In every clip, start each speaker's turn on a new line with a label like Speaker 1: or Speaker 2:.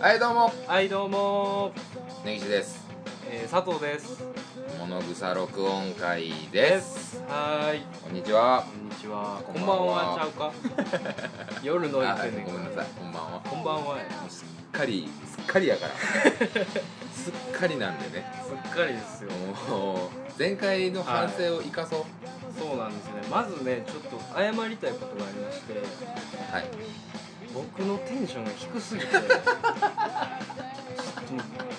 Speaker 1: はいどうも
Speaker 2: はいどうも
Speaker 1: 根岸です
Speaker 2: えー、佐藤です
Speaker 1: 物草録音会です
Speaker 2: すはーい
Speaker 1: こんにちは
Speaker 2: こんにちは
Speaker 1: こ
Speaker 2: こ
Speaker 1: んばん
Speaker 2: んばん
Speaker 1: は
Speaker 2: はちゃうか夜の言っ
Speaker 1: あ
Speaker 2: てんねん
Speaker 1: ごめんなさいこんばんはも
Speaker 2: こんばんは
Speaker 1: うすっかりすっかりや からすっかりなんでね
Speaker 2: すっかりですよ
Speaker 1: もう前回の反省を生かそう
Speaker 2: そうなんですねまずねちょっと謝りたいことがありまして
Speaker 1: はい、
Speaker 2: 僕のテンションが低すぎ てちょっと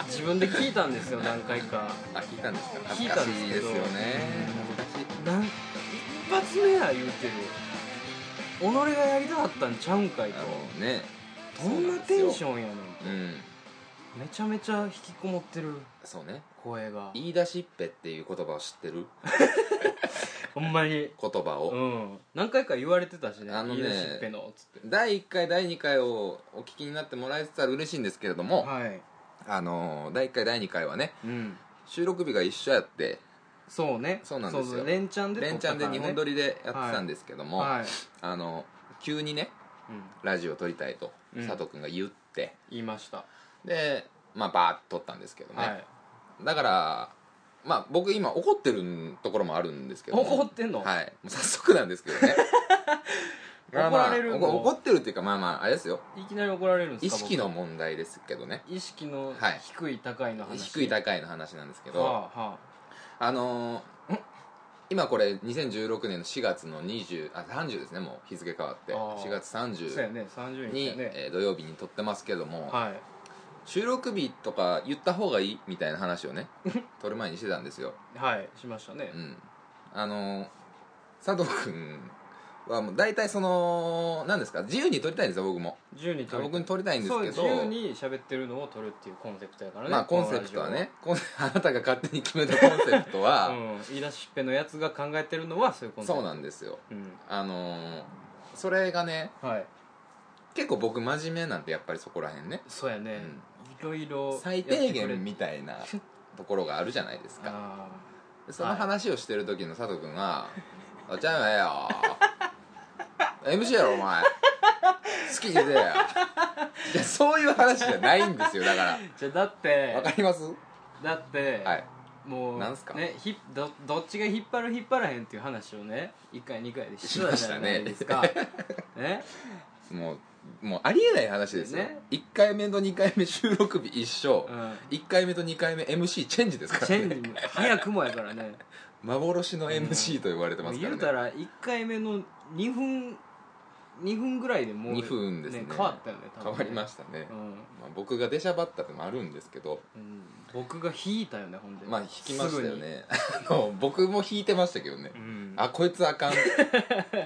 Speaker 2: 自分で聞いたんですよ何回か
Speaker 1: あ聞いたんですか恥
Speaker 2: 聞い
Speaker 1: ずか
Speaker 2: たん
Speaker 1: し
Speaker 2: です
Speaker 1: い
Speaker 2: け
Speaker 1: です
Speaker 2: ど
Speaker 1: よね恥ずかし
Speaker 2: なん一発目や言うてる己がやりたかったんちゃうんかい
Speaker 1: い
Speaker 2: と
Speaker 1: あのね
Speaker 2: どんなテンシ
Speaker 1: ン
Speaker 2: ョンやねん
Speaker 1: うん
Speaker 2: めちゃめちゃ引きこもってる
Speaker 1: そうね
Speaker 2: 声が
Speaker 1: 言い出しっぺっていう言葉を知ってる
Speaker 2: ほんまに
Speaker 1: 言葉を、
Speaker 2: うん何回か言われてたしね
Speaker 1: あのね
Speaker 2: 言い出しっぺのっつって
Speaker 1: 第1回第2回をお聞きになってもらえてたら嬉しいんですけれども、
Speaker 2: はい
Speaker 1: あのー第1回第2回はね
Speaker 2: うん
Speaker 1: 収録日が一緒やって
Speaker 2: そうね
Speaker 1: そうなんですよ
Speaker 2: そうそう連チャンで撮
Speaker 1: 連
Speaker 2: っ
Speaker 1: チャ
Speaker 2: たか
Speaker 1: ン
Speaker 2: ら
Speaker 1: で
Speaker 2: ね
Speaker 1: 2本撮りでやってたんですけども、
Speaker 2: はい、
Speaker 1: あの急にね
Speaker 2: うん、
Speaker 1: ラジオ撮りたいと
Speaker 2: うん
Speaker 1: 佐藤君が言って、
Speaker 2: 言いました、
Speaker 1: でまあバーッと撮ったんですけどね、
Speaker 2: はい
Speaker 1: だからまあ僕今怒ってるところもあるんですけども
Speaker 2: 怒ってんの
Speaker 1: はいもう早速なんですけどね まあまあ
Speaker 2: 怒られるの
Speaker 1: 怒怒ってるっていうかまあまああれですよ
Speaker 2: いきなり怒られるんで
Speaker 1: 意
Speaker 2: すか僕
Speaker 1: 識の問題ですけどね
Speaker 2: 意識の
Speaker 1: はい
Speaker 2: 低い高いの話
Speaker 1: 低い高いの話なんですけど、
Speaker 2: はあは
Speaker 1: あのー今これ2016年の4月の20あ30ですねもう日付変わって
Speaker 2: あー
Speaker 1: 4月
Speaker 2: あそうや
Speaker 1: 30
Speaker 2: ね30
Speaker 1: に、
Speaker 2: 日やね
Speaker 1: えー土曜日に撮ってますけども、
Speaker 2: はい
Speaker 1: 収録日とか言った方がいいみたいな話を ね撮る前にしてたんですよ、
Speaker 2: はいしましたね
Speaker 1: うん、あのー佐藤君はもう大体その何ですか自由に撮りたいんですよ僕も
Speaker 2: 自由に撮り
Speaker 1: 僕に撮りたいんですけど
Speaker 2: そう自由に喋ってるのを撮るっていうコンセプトやからね
Speaker 1: まあコンセプトはねコンセ あなたが勝手に決めたコンセプト
Speaker 2: こ
Speaker 1: は、
Speaker 2: のラジオ うん、言い出しっぺのやつが考えてるのはそういうコンセ
Speaker 1: そ
Speaker 2: プト
Speaker 1: うなんですよ
Speaker 2: うん
Speaker 1: あのーそれがね
Speaker 2: はい
Speaker 1: 結構僕真面目なんでやっぱりそこら辺ね
Speaker 2: そうやね、いろいろ
Speaker 1: 最低
Speaker 2: やってくれ
Speaker 1: 限みたいなところがあるじゃないですか
Speaker 2: あ
Speaker 1: その話をしてる時の佐藤君 が「おちゃうえよ MC やろお前好きに せえよ」いやそういう話じゃないんですよだか
Speaker 2: ーじゃあだっ
Speaker 1: ら
Speaker 2: て
Speaker 1: わかります
Speaker 2: だって、
Speaker 1: はい
Speaker 2: もう
Speaker 1: なんすか
Speaker 2: ね、ひどどっちが引っ張る引っ張らへんっていう話をね1回2回でしてたじゃないですか
Speaker 1: し
Speaker 2: ね
Speaker 1: もうもうありえない話ですよ、
Speaker 2: ね
Speaker 1: 1回目と2回目収録日一緒、
Speaker 2: うん
Speaker 1: 1回目と2回目 MC チェンジですか
Speaker 2: チ
Speaker 1: ら
Speaker 2: ェン
Speaker 1: ね
Speaker 2: ジも早くもやからね
Speaker 1: 幻の MC と呼ばれてま
Speaker 2: も
Speaker 1: す
Speaker 2: う
Speaker 1: からね
Speaker 2: 言うたら1回目の2分2分ぐらいでもう
Speaker 1: 2分ですね
Speaker 2: 変わったよね多分
Speaker 1: 変
Speaker 2: ね
Speaker 1: わりましたね、
Speaker 2: うん
Speaker 1: まあ、僕が出しゃばったってもあるんですけど
Speaker 2: うん僕が引いたよねほんで
Speaker 1: まあ引きましたよね あの僕も引いてましたけどね
Speaker 2: すぐに、うん、
Speaker 1: あこいつあ かん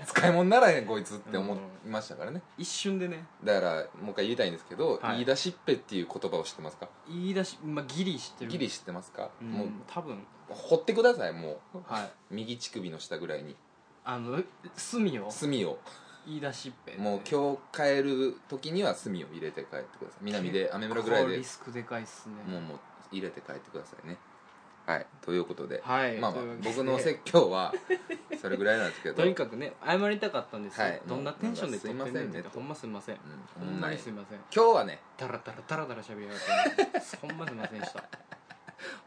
Speaker 1: 使い物にならへんこいつって思いましたからね
Speaker 2: 一瞬でね
Speaker 1: だからもう一回言いたいんですけど、
Speaker 2: はい
Speaker 1: 言い出しっぺっていう言葉を知ってますか
Speaker 2: 言い出し、まあ、ギリ知ってる
Speaker 1: ギリ知ってますか、
Speaker 2: うん
Speaker 1: もう
Speaker 2: 多分
Speaker 1: 掘ってくださいもう
Speaker 2: はい
Speaker 1: 右乳首の下ぐらいに
Speaker 2: あの隅を
Speaker 1: 炭を
Speaker 2: 言い出しっぺ
Speaker 1: もう今日帰る時には炭を入れて帰ってください南で雨村ぐらい
Speaker 2: ここ
Speaker 1: で
Speaker 2: リスクでかいっすね
Speaker 1: もうもう入れて帰ってくださいねはいということで、
Speaker 2: はい
Speaker 1: まあまあ
Speaker 2: というわけで
Speaker 1: 僕の説教はそれぐらいなんですけど
Speaker 2: とにかくね謝りたかったんですよ、
Speaker 1: はい
Speaker 2: どんなテンションで撮ってんねんって
Speaker 1: もうなんかすいませんねと
Speaker 2: ほんますいません
Speaker 1: うん、
Speaker 2: ほ
Speaker 1: おもん
Speaker 2: ん
Speaker 1: な
Speaker 2: ま
Speaker 1: い
Speaker 2: に
Speaker 1: 今
Speaker 2: すいません
Speaker 1: 日はね
Speaker 2: ダラダラダラダラ喋りやがってほんますいませんでした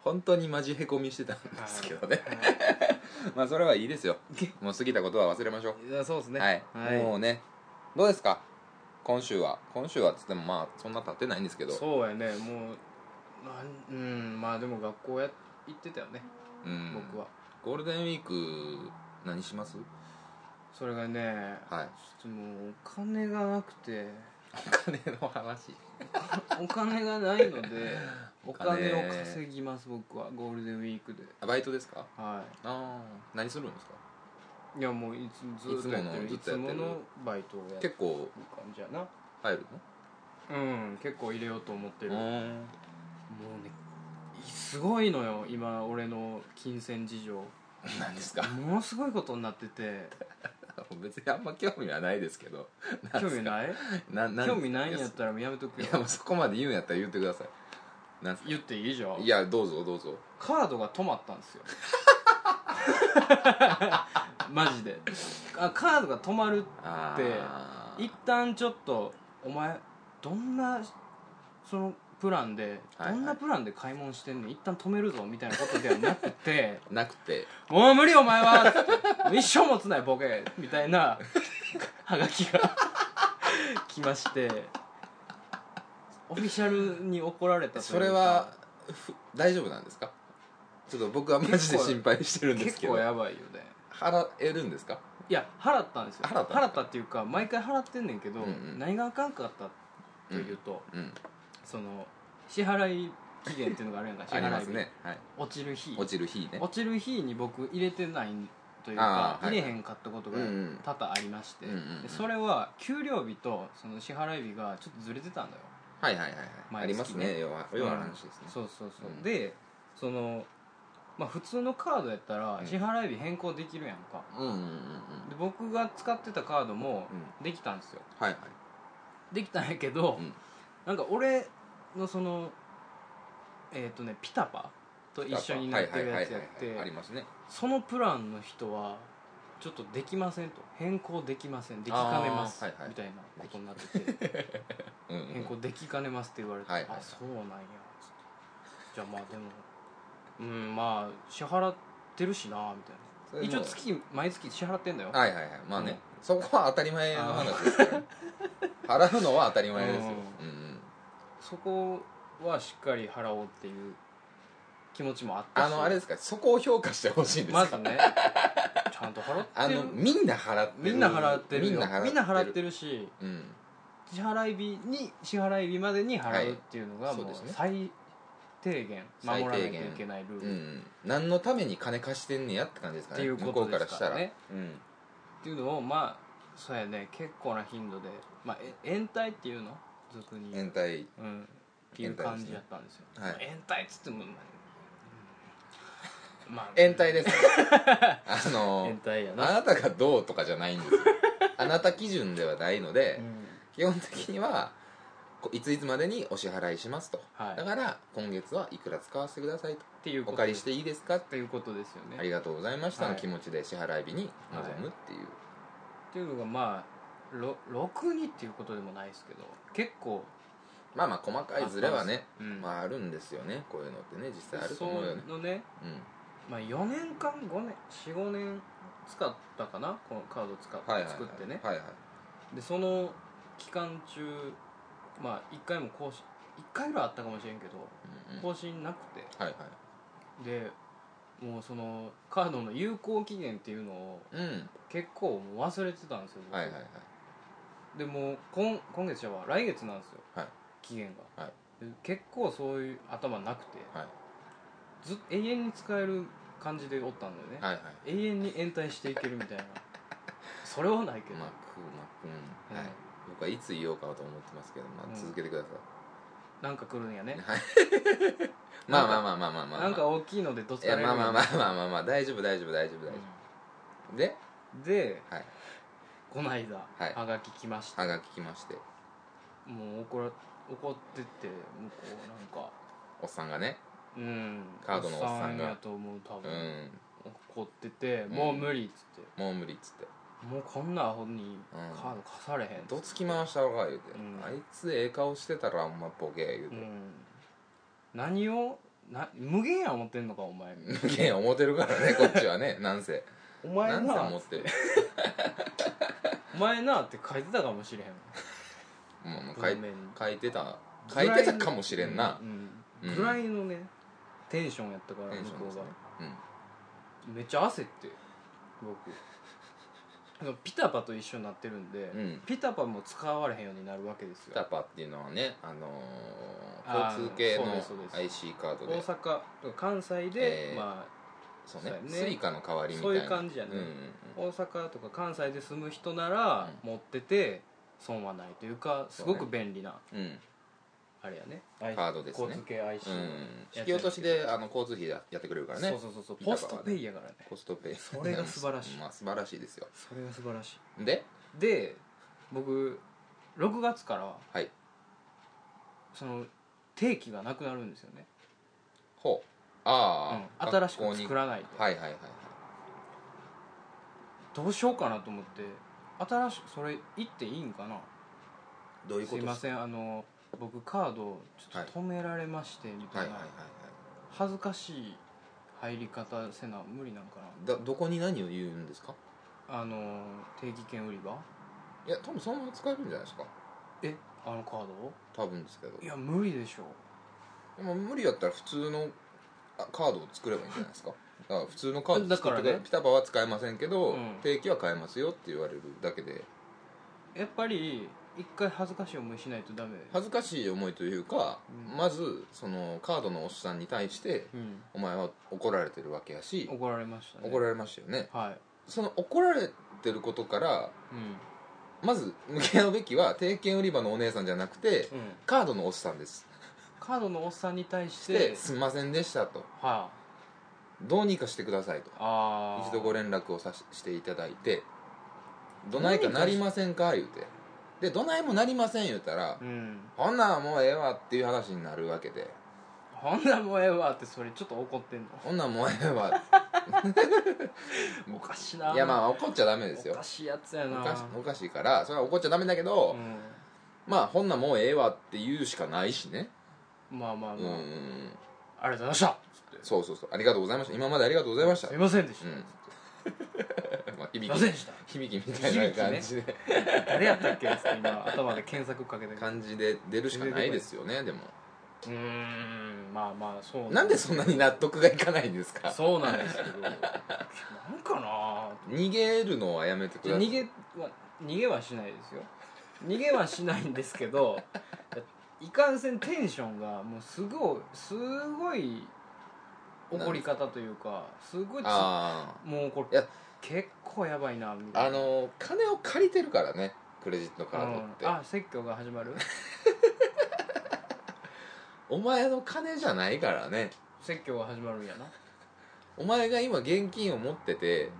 Speaker 1: 本当にマジへこみしてたんですけどね、 まあそれはいいですよもう過ぎたことは忘れましょ
Speaker 2: はいいやそうです
Speaker 1: う、
Speaker 2: ね
Speaker 1: はい、も
Speaker 2: は
Speaker 1: うねどうですか今週は今週はっつってもまあそんな経ってないんですけ
Speaker 2: い、
Speaker 1: ど
Speaker 2: そうやねもうなんうんまあでも学校や行ってたよね、
Speaker 1: うん
Speaker 2: 僕は
Speaker 1: ゴールデンウィーク何します
Speaker 2: それがね
Speaker 1: はい
Speaker 2: ちょっともうお金がなくて
Speaker 1: お金の話
Speaker 2: お金がないのでお金
Speaker 1: お
Speaker 2: を
Speaker 1: 金
Speaker 2: 稼ぎます僕はゴールデンウィークで
Speaker 1: あバイトですか
Speaker 2: は
Speaker 1: ああ何するんですか
Speaker 2: いいやもういつずっとやってる
Speaker 1: い
Speaker 2: い
Speaker 1: つ
Speaker 2: つ
Speaker 1: ものずっとやってる
Speaker 2: ものバイトをやってる
Speaker 1: 結構
Speaker 2: 感じやな
Speaker 1: 入る
Speaker 2: うん結構入れようと思ってる
Speaker 1: の
Speaker 2: もう
Speaker 1: うん
Speaker 2: ねいすごいのよ今俺の金銭事情も
Speaker 1: 何ですか
Speaker 2: のすごいことになってて
Speaker 1: 別にあんま興味は ないですけど
Speaker 2: 興味ない
Speaker 1: なな
Speaker 2: 興味ないんやったらもうやめとく
Speaker 1: い
Speaker 2: よ
Speaker 1: やもうそこまで言うんやったら言ってくださいなんす
Speaker 2: 言っていいじゃん
Speaker 1: いやどうぞどうぞ
Speaker 2: カードが止まったんですよ マジであカードが止まる
Speaker 1: あ
Speaker 2: 一旦ちょっとお前どんなそのプランで
Speaker 1: はいは
Speaker 2: ど
Speaker 1: い
Speaker 2: んなプランで買い物してんねん、一旦止めるぞみたいなことではなくて
Speaker 1: なくて
Speaker 2: もう無理お前はつってもう一生持つなよボケみたい なはがきが来ましてオフィシャルに怒られたというか
Speaker 1: それはふ大丈夫なんですかちょっと僕はマジで心配してるんです
Speaker 2: 結
Speaker 1: けど
Speaker 2: 構やばいよね
Speaker 1: 払えるんですか
Speaker 2: いや払ったんですよ
Speaker 1: 払った
Speaker 2: っていうか毎回払ってんねんけど、
Speaker 1: うんうん
Speaker 2: 何があかんかったというと、
Speaker 1: うん
Speaker 2: その支払い期限っていうのがあるやんか 支
Speaker 1: ありま
Speaker 2: 払
Speaker 1: す
Speaker 2: い、
Speaker 1: ね、はい、
Speaker 2: 落ちる日
Speaker 1: 落ちる日ね
Speaker 2: 落ちる日に僕入れてないという
Speaker 1: あ
Speaker 2: か、
Speaker 1: ーはい
Speaker 2: 入れへんかったことが
Speaker 1: うんうん
Speaker 2: 多々ありまして、
Speaker 1: うんうんうん
Speaker 2: でそれは給料日とその支払い日がちょっとずれてたんだよ
Speaker 1: はいはいはいはいあり
Speaker 2: 毎
Speaker 1: ます
Speaker 2: 月ね
Speaker 1: ね要は要は話ですね、
Speaker 2: そうそうそう、
Speaker 1: うん
Speaker 2: でそのまあ普通のカードやったら
Speaker 1: うん
Speaker 2: 支払い日変更できるやんか、
Speaker 1: うんうんうんうん
Speaker 2: で僕が使ってたカードもできたんですよ
Speaker 1: はいはい
Speaker 2: できたんやけど、
Speaker 1: うん
Speaker 2: なんか俺のそのえっ、とねピタパと一緒になってる
Speaker 1: は
Speaker 2: やつやっ
Speaker 1: いはいはいはいはいあり
Speaker 2: て
Speaker 1: ますね
Speaker 2: そのプランの人はちょっとできませんと変更できませんできかねます、
Speaker 1: あーはいはい
Speaker 2: みたいなことに なってて
Speaker 1: うんうん
Speaker 2: 変更できかねますって言われて、
Speaker 1: はいはいはい
Speaker 2: あそうなんやつってじゃあまあでもうんまあ支払ってるしなみたい
Speaker 1: それ
Speaker 2: な
Speaker 1: も
Speaker 2: 一応月毎月支払ってんだよ
Speaker 1: はいはいはいまあね、そこは当たり前の話ですから ね払うのは当たり前ですよ、うんうん、
Speaker 2: そこはしっかり払おうっていう気持ちもあったし
Speaker 1: あのあれですかそこを評価してほしいんですか、
Speaker 2: まずねちゃんと払
Speaker 1: あ
Speaker 2: ってる
Speaker 1: のみんな払ってる
Speaker 2: みんな払ってるよ
Speaker 1: みんな払ってる
Speaker 2: るし
Speaker 1: うん
Speaker 2: 支払い日に支払い日までに払うっていうの
Speaker 1: は
Speaker 2: が
Speaker 1: いそ
Speaker 2: も
Speaker 1: う
Speaker 2: う
Speaker 1: ですね
Speaker 2: 最低限守らなきゃいけないルー
Speaker 1: う
Speaker 2: ルっ
Speaker 1: ん、何のために金貸してんねやって感じですかね
Speaker 2: っていうこと
Speaker 1: 向こうから
Speaker 2: です
Speaker 1: し
Speaker 2: か
Speaker 1: た
Speaker 2: ら
Speaker 1: ら、
Speaker 2: ね
Speaker 1: うん、
Speaker 2: ていうのをまあそうやね結構な頻度で、まあ、え延滞っていうの俗に、
Speaker 1: 延滞
Speaker 2: うん、っていう感じやったんですよ
Speaker 1: 延滞ですねはい
Speaker 2: 延滞っつっても、まあうんまあ、
Speaker 1: 延滞です あの
Speaker 2: 延滞や
Speaker 1: あ
Speaker 2: な
Speaker 1: なたがどうとかじゃないんですよあなた基準ではないので、
Speaker 2: うん
Speaker 1: 基本的にはこいついつまでにお支払いしますと、
Speaker 2: はい
Speaker 1: だから今月はいくら使わせてくださいと
Speaker 2: っていうこ
Speaker 1: お
Speaker 2: と
Speaker 1: 借りしていいですか
Speaker 2: っていうことですよね
Speaker 1: ありがとうございましたの
Speaker 2: はい
Speaker 1: 気持ちで支払い日に臨むっていう、
Speaker 2: っていうのがまあろ6にっていうことでもないですけど結構
Speaker 1: まあまあ細かいズレはね
Speaker 2: あったんですうん
Speaker 1: まあ、あるんですよねこういうのってね実際あると思うよね
Speaker 2: そのね、
Speaker 1: う
Speaker 2: まあ、4年間5年45年使ったかなこのカード使っ
Speaker 1: んはいはいはい
Speaker 2: 作ってね
Speaker 1: はいはい
Speaker 2: でその期間中まあ1回も更新1回ぐらいあったかもしれんけど
Speaker 1: うんうん
Speaker 2: 更新なくて
Speaker 1: はいはい
Speaker 2: でもうそのカードの有効期限っていうのを
Speaker 1: うん
Speaker 2: 結構もう忘れてたんですよ、僕
Speaker 1: はいはいはい
Speaker 2: でもう今今月じゃあ来月なんですよ、
Speaker 1: はい
Speaker 2: 期限が、
Speaker 1: はい
Speaker 2: で結構そういう頭なくて
Speaker 1: はい
Speaker 2: ずっと永遠に使える感じでおったんだよね、
Speaker 1: はいはい
Speaker 2: 永遠に延滞していけるみたいなそれはないけど、
Speaker 1: まあくまあうん
Speaker 2: は
Speaker 1: はいい僕はいつ言おうかと思ってますけどま
Speaker 2: うん
Speaker 1: あ続けてくださ
Speaker 2: なんか来るんやね
Speaker 1: い、はいまあまあまあまあまあまあまあ
Speaker 2: なんか大きいのでどつ
Speaker 1: い
Speaker 2: かれ
Speaker 1: や
Speaker 2: る
Speaker 1: まあまあま
Speaker 2: あ、
Speaker 1: あまあまあまあ大丈夫大丈夫大丈夫大丈夫で
Speaker 2: うんで
Speaker 1: はい
Speaker 2: こないだ
Speaker 1: はい
Speaker 2: はがき来ました
Speaker 1: はがき来まして
Speaker 2: もう怒ら怒ってて向こうなんか
Speaker 1: おっさんがね
Speaker 2: うん
Speaker 1: カードのおっさんが
Speaker 2: やと思う多
Speaker 1: う
Speaker 2: 分、
Speaker 1: ん
Speaker 2: 怒ってて「
Speaker 1: ん
Speaker 2: もう無理」っつって
Speaker 1: もう無理っつって
Speaker 2: もうこんなアホにカード貸されへんっつって
Speaker 1: どつき回したろか言うて、
Speaker 2: うん
Speaker 1: あいつええ顔してたらお前ボケ言う
Speaker 2: う
Speaker 1: て、
Speaker 2: ん、何をな無限や思ってんのかお前
Speaker 1: 無限思ってるから ねこっちはねなんせ
Speaker 2: お
Speaker 1: な
Speaker 2: 前
Speaker 1: んせ
Speaker 2: な
Speaker 1: 思ってる
Speaker 2: お前なって書いてたかもしれへん
Speaker 1: もうもう書い
Speaker 2: 文面に
Speaker 1: 書いてた書いてたかもしれんな
Speaker 2: うん
Speaker 1: うん
Speaker 2: ぐらいのねテンションやったから
Speaker 1: テン
Speaker 2: 向
Speaker 1: ショ
Speaker 2: こ
Speaker 1: ンで
Speaker 2: う
Speaker 1: す
Speaker 2: が
Speaker 1: ね、うん
Speaker 2: めっちゃ焦って僕でも ピタパと一緒になってるんで、
Speaker 1: うん
Speaker 2: ピタパも使われへんようになるわけです
Speaker 1: ピ
Speaker 2: よ
Speaker 1: タパっていうのはね、あのー
Speaker 2: あー
Speaker 1: 交通系
Speaker 2: そう
Speaker 1: の
Speaker 2: ですそうです
Speaker 1: IC カード
Speaker 2: 大
Speaker 1: で
Speaker 2: 阪とか関西で、
Speaker 1: えー
Speaker 2: ま
Speaker 1: そう
Speaker 2: そう
Speaker 1: ね
Speaker 2: やね
Speaker 1: スイカの代わりみたい
Speaker 2: そう
Speaker 1: な
Speaker 2: いう感じやね
Speaker 1: うんうん
Speaker 2: あ大阪とか関西で住む人なら
Speaker 1: う
Speaker 2: 持ってて損はないというかすご
Speaker 1: そ
Speaker 2: く
Speaker 1: う
Speaker 2: 便利な
Speaker 1: うん、うん
Speaker 2: あれやね
Speaker 1: カードですね
Speaker 2: 交通系 IC
Speaker 1: うん
Speaker 2: やつや
Speaker 1: 引き落としであの交通費やってくれるからね
Speaker 2: そうそうそうそう
Speaker 1: ピ
Speaker 2: ポ
Speaker 1: タ
Speaker 2: ス
Speaker 1: パ
Speaker 2: ト
Speaker 1: はね
Speaker 2: ペイやからね
Speaker 1: コストペイ
Speaker 2: それが素晴らしい
Speaker 1: まあ素晴らしいですよ
Speaker 2: それが素晴らし
Speaker 1: で
Speaker 2: いで僕6月から
Speaker 1: はい
Speaker 2: その定期がなくなるんですよね、
Speaker 1: ほう
Speaker 2: う
Speaker 1: あ
Speaker 2: ん
Speaker 1: あ、
Speaker 2: 新し
Speaker 1: 学
Speaker 2: く
Speaker 1: 校に
Speaker 2: 作らないで、
Speaker 1: はいはいはいはい
Speaker 2: どうしようかなと思って新しくそれ行っていいんかな
Speaker 1: どういう
Speaker 2: す
Speaker 1: こ
Speaker 2: い
Speaker 1: と
Speaker 2: ませんあの僕カードちょっと止められましてみた
Speaker 1: はいい
Speaker 2: な、
Speaker 1: はいはい
Speaker 2: 恥ずかしい入り方せな無理なんか
Speaker 1: だどこに何を言うんですか
Speaker 2: なあのー定期券売り場
Speaker 1: いや多分そのまま使えるんじゃないですか
Speaker 2: えあのカード
Speaker 1: 多分ですけど
Speaker 2: いや無理でしょ
Speaker 1: でも無理やったら普通のあカードを作ればいいんじゃないですかだから普通のカード作ってくれ
Speaker 2: だからね
Speaker 1: ピタパは使えませんけど、
Speaker 2: うん
Speaker 1: 定期は買えますよって言われるだけで
Speaker 2: やっぱり一回恥ずかしい思いしないとダメ
Speaker 1: 恥ずかしい思いというか、
Speaker 2: うん
Speaker 1: まずそのカードのおっさんに対して
Speaker 2: うん
Speaker 1: お前は怒られてるわけやし
Speaker 2: 怒られましたね
Speaker 1: 怒られましたよね
Speaker 2: はい
Speaker 1: その怒られてることから
Speaker 2: うん
Speaker 1: まず向き合うべきは定券売り場のお姉さんじゃなくて
Speaker 2: うん
Speaker 1: カードのおっさんです
Speaker 2: カードのおっさんに対し
Speaker 1: で
Speaker 2: て
Speaker 1: すんませんでしたと
Speaker 2: は
Speaker 1: どうにかしてくださいと
Speaker 2: ああー
Speaker 1: 一度ご連絡をさししていただいて「どないかなりませんか?」言うてで「どないもなりません」言うたら
Speaker 2: うん
Speaker 1: 「ほんなんもうええわ」っていう話になるわけで
Speaker 2: ほんならもうええわってそれちょっと怒ってんの
Speaker 1: 「ほんなんもうええわ」
Speaker 2: おかしいない
Speaker 1: やまあ怒っちゃダメです
Speaker 2: お
Speaker 1: よ
Speaker 2: かしいやつや
Speaker 1: お
Speaker 2: な
Speaker 1: かしおかしいからそれは怒っちゃダメだけど、
Speaker 2: う
Speaker 1: まあほんなんもうええわって言うしかないしね
Speaker 2: ん、まあまあまあ、
Speaker 1: うん、
Speaker 2: ありがとうございました
Speaker 1: そうそうそうありがとうございました今までありがとうございました
Speaker 2: すいませんでした、
Speaker 1: うんまあ
Speaker 2: すい
Speaker 1: 響
Speaker 2: ま
Speaker 1: き
Speaker 2: せんでした
Speaker 1: 響きみたいな感じで、
Speaker 2: 誰やったっけって今頭で検索かけてう
Speaker 1: 感じで出るしかないですよねでも
Speaker 2: ーんまあまあそう
Speaker 1: なんでそんなに納得がいかないんですか
Speaker 2: そうなんですけどなんかな
Speaker 1: 逃げるのはやめてく
Speaker 2: じゃ
Speaker 1: だ
Speaker 2: あ
Speaker 1: さ
Speaker 2: 逃
Speaker 1: い
Speaker 2: げは逃げはしないですよ逃げはしないんですけどいかんせんテンションがもうすごいすごい怒り方というかすごいつ
Speaker 1: あ
Speaker 2: もうこ
Speaker 1: い
Speaker 2: れ
Speaker 1: や
Speaker 2: 結構やばいなみたい
Speaker 1: あ
Speaker 2: な
Speaker 1: あの金を借りてるからねクレジットカードって、
Speaker 2: うん、あ説教が始まる
Speaker 1: お前の金じゃないからね
Speaker 2: 説教が始まるんやな
Speaker 1: お前が今現金を持ってて
Speaker 2: う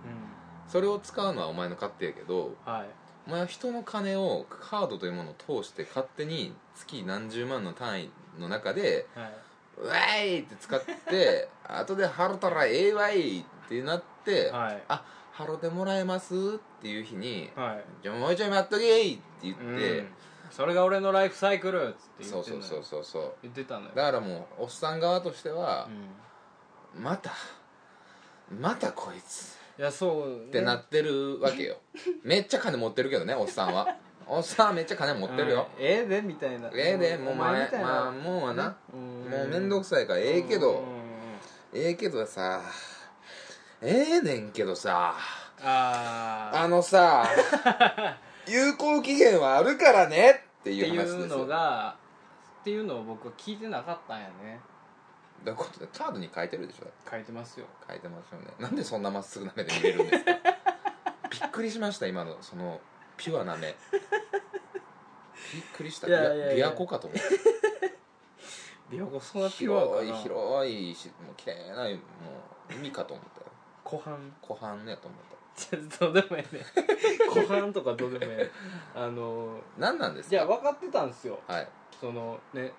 Speaker 1: それを使うのはお前の勝手やけど
Speaker 2: んはい
Speaker 1: お前は人の金をカードというものを通して勝手に月何十万の単位の中で
Speaker 2: はい
Speaker 1: 「うわい!」って使って 後で払ったらええわいってなって「
Speaker 2: はい
Speaker 1: あ払ってもらえます?」っていう日に
Speaker 2: はい
Speaker 1: 「じゃあもうちょい待っとけい!」って言って、
Speaker 2: うんそれが俺のライフサイクルっつって言
Speaker 1: そう
Speaker 2: ってん
Speaker 1: そ
Speaker 2: の
Speaker 1: う
Speaker 2: よ
Speaker 1: そうそうそう
Speaker 2: 言ってたのよ
Speaker 1: だからもうおっさん側としては
Speaker 2: う、ん
Speaker 1: またまたこいつ
Speaker 2: いやそうね
Speaker 1: ってなってるわけよめっちゃ金持ってるけどねおっさん はおっさんはめっちゃ金持ってるよ
Speaker 2: うん、ええでみたいな
Speaker 1: ええでもう
Speaker 2: お
Speaker 1: 前
Speaker 2: みたい
Speaker 1: まあ
Speaker 2: な
Speaker 1: もうはな、
Speaker 2: うん
Speaker 1: もう面倒くさいからええけど、
Speaker 2: うんうんうん
Speaker 1: ええけどさええねんけどさ
Speaker 2: ああ
Speaker 1: あの さ有効期限はあるからねって
Speaker 2: っ
Speaker 1: い
Speaker 2: て
Speaker 1: う話です
Speaker 2: いうのがっていうのを僕は聞いてなかったんやね
Speaker 1: だからこれカードに書いてるでしょ
Speaker 2: 書いてますよ
Speaker 1: 書いてますよねなんでそんなまっすぐな目で見れるん ですかびっくりしました今のそのピュアな目びっくりした
Speaker 2: いやいやいや
Speaker 1: 琵琶湖かと思った
Speaker 2: 琵琶湖そんな
Speaker 1: 広い
Speaker 2: な
Speaker 1: 広いしもう綺麗なもう海かと思ったよ
Speaker 2: 湖畔
Speaker 1: 湖畔やと思った
Speaker 2: ちょっとどうでもええね湖畔とかどうでもええあの
Speaker 1: 何なんです
Speaker 2: じゃあ
Speaker 1: か
Speaker 2: 分かってたんですよ
Speaker 1: はい
Speaker 2: そのね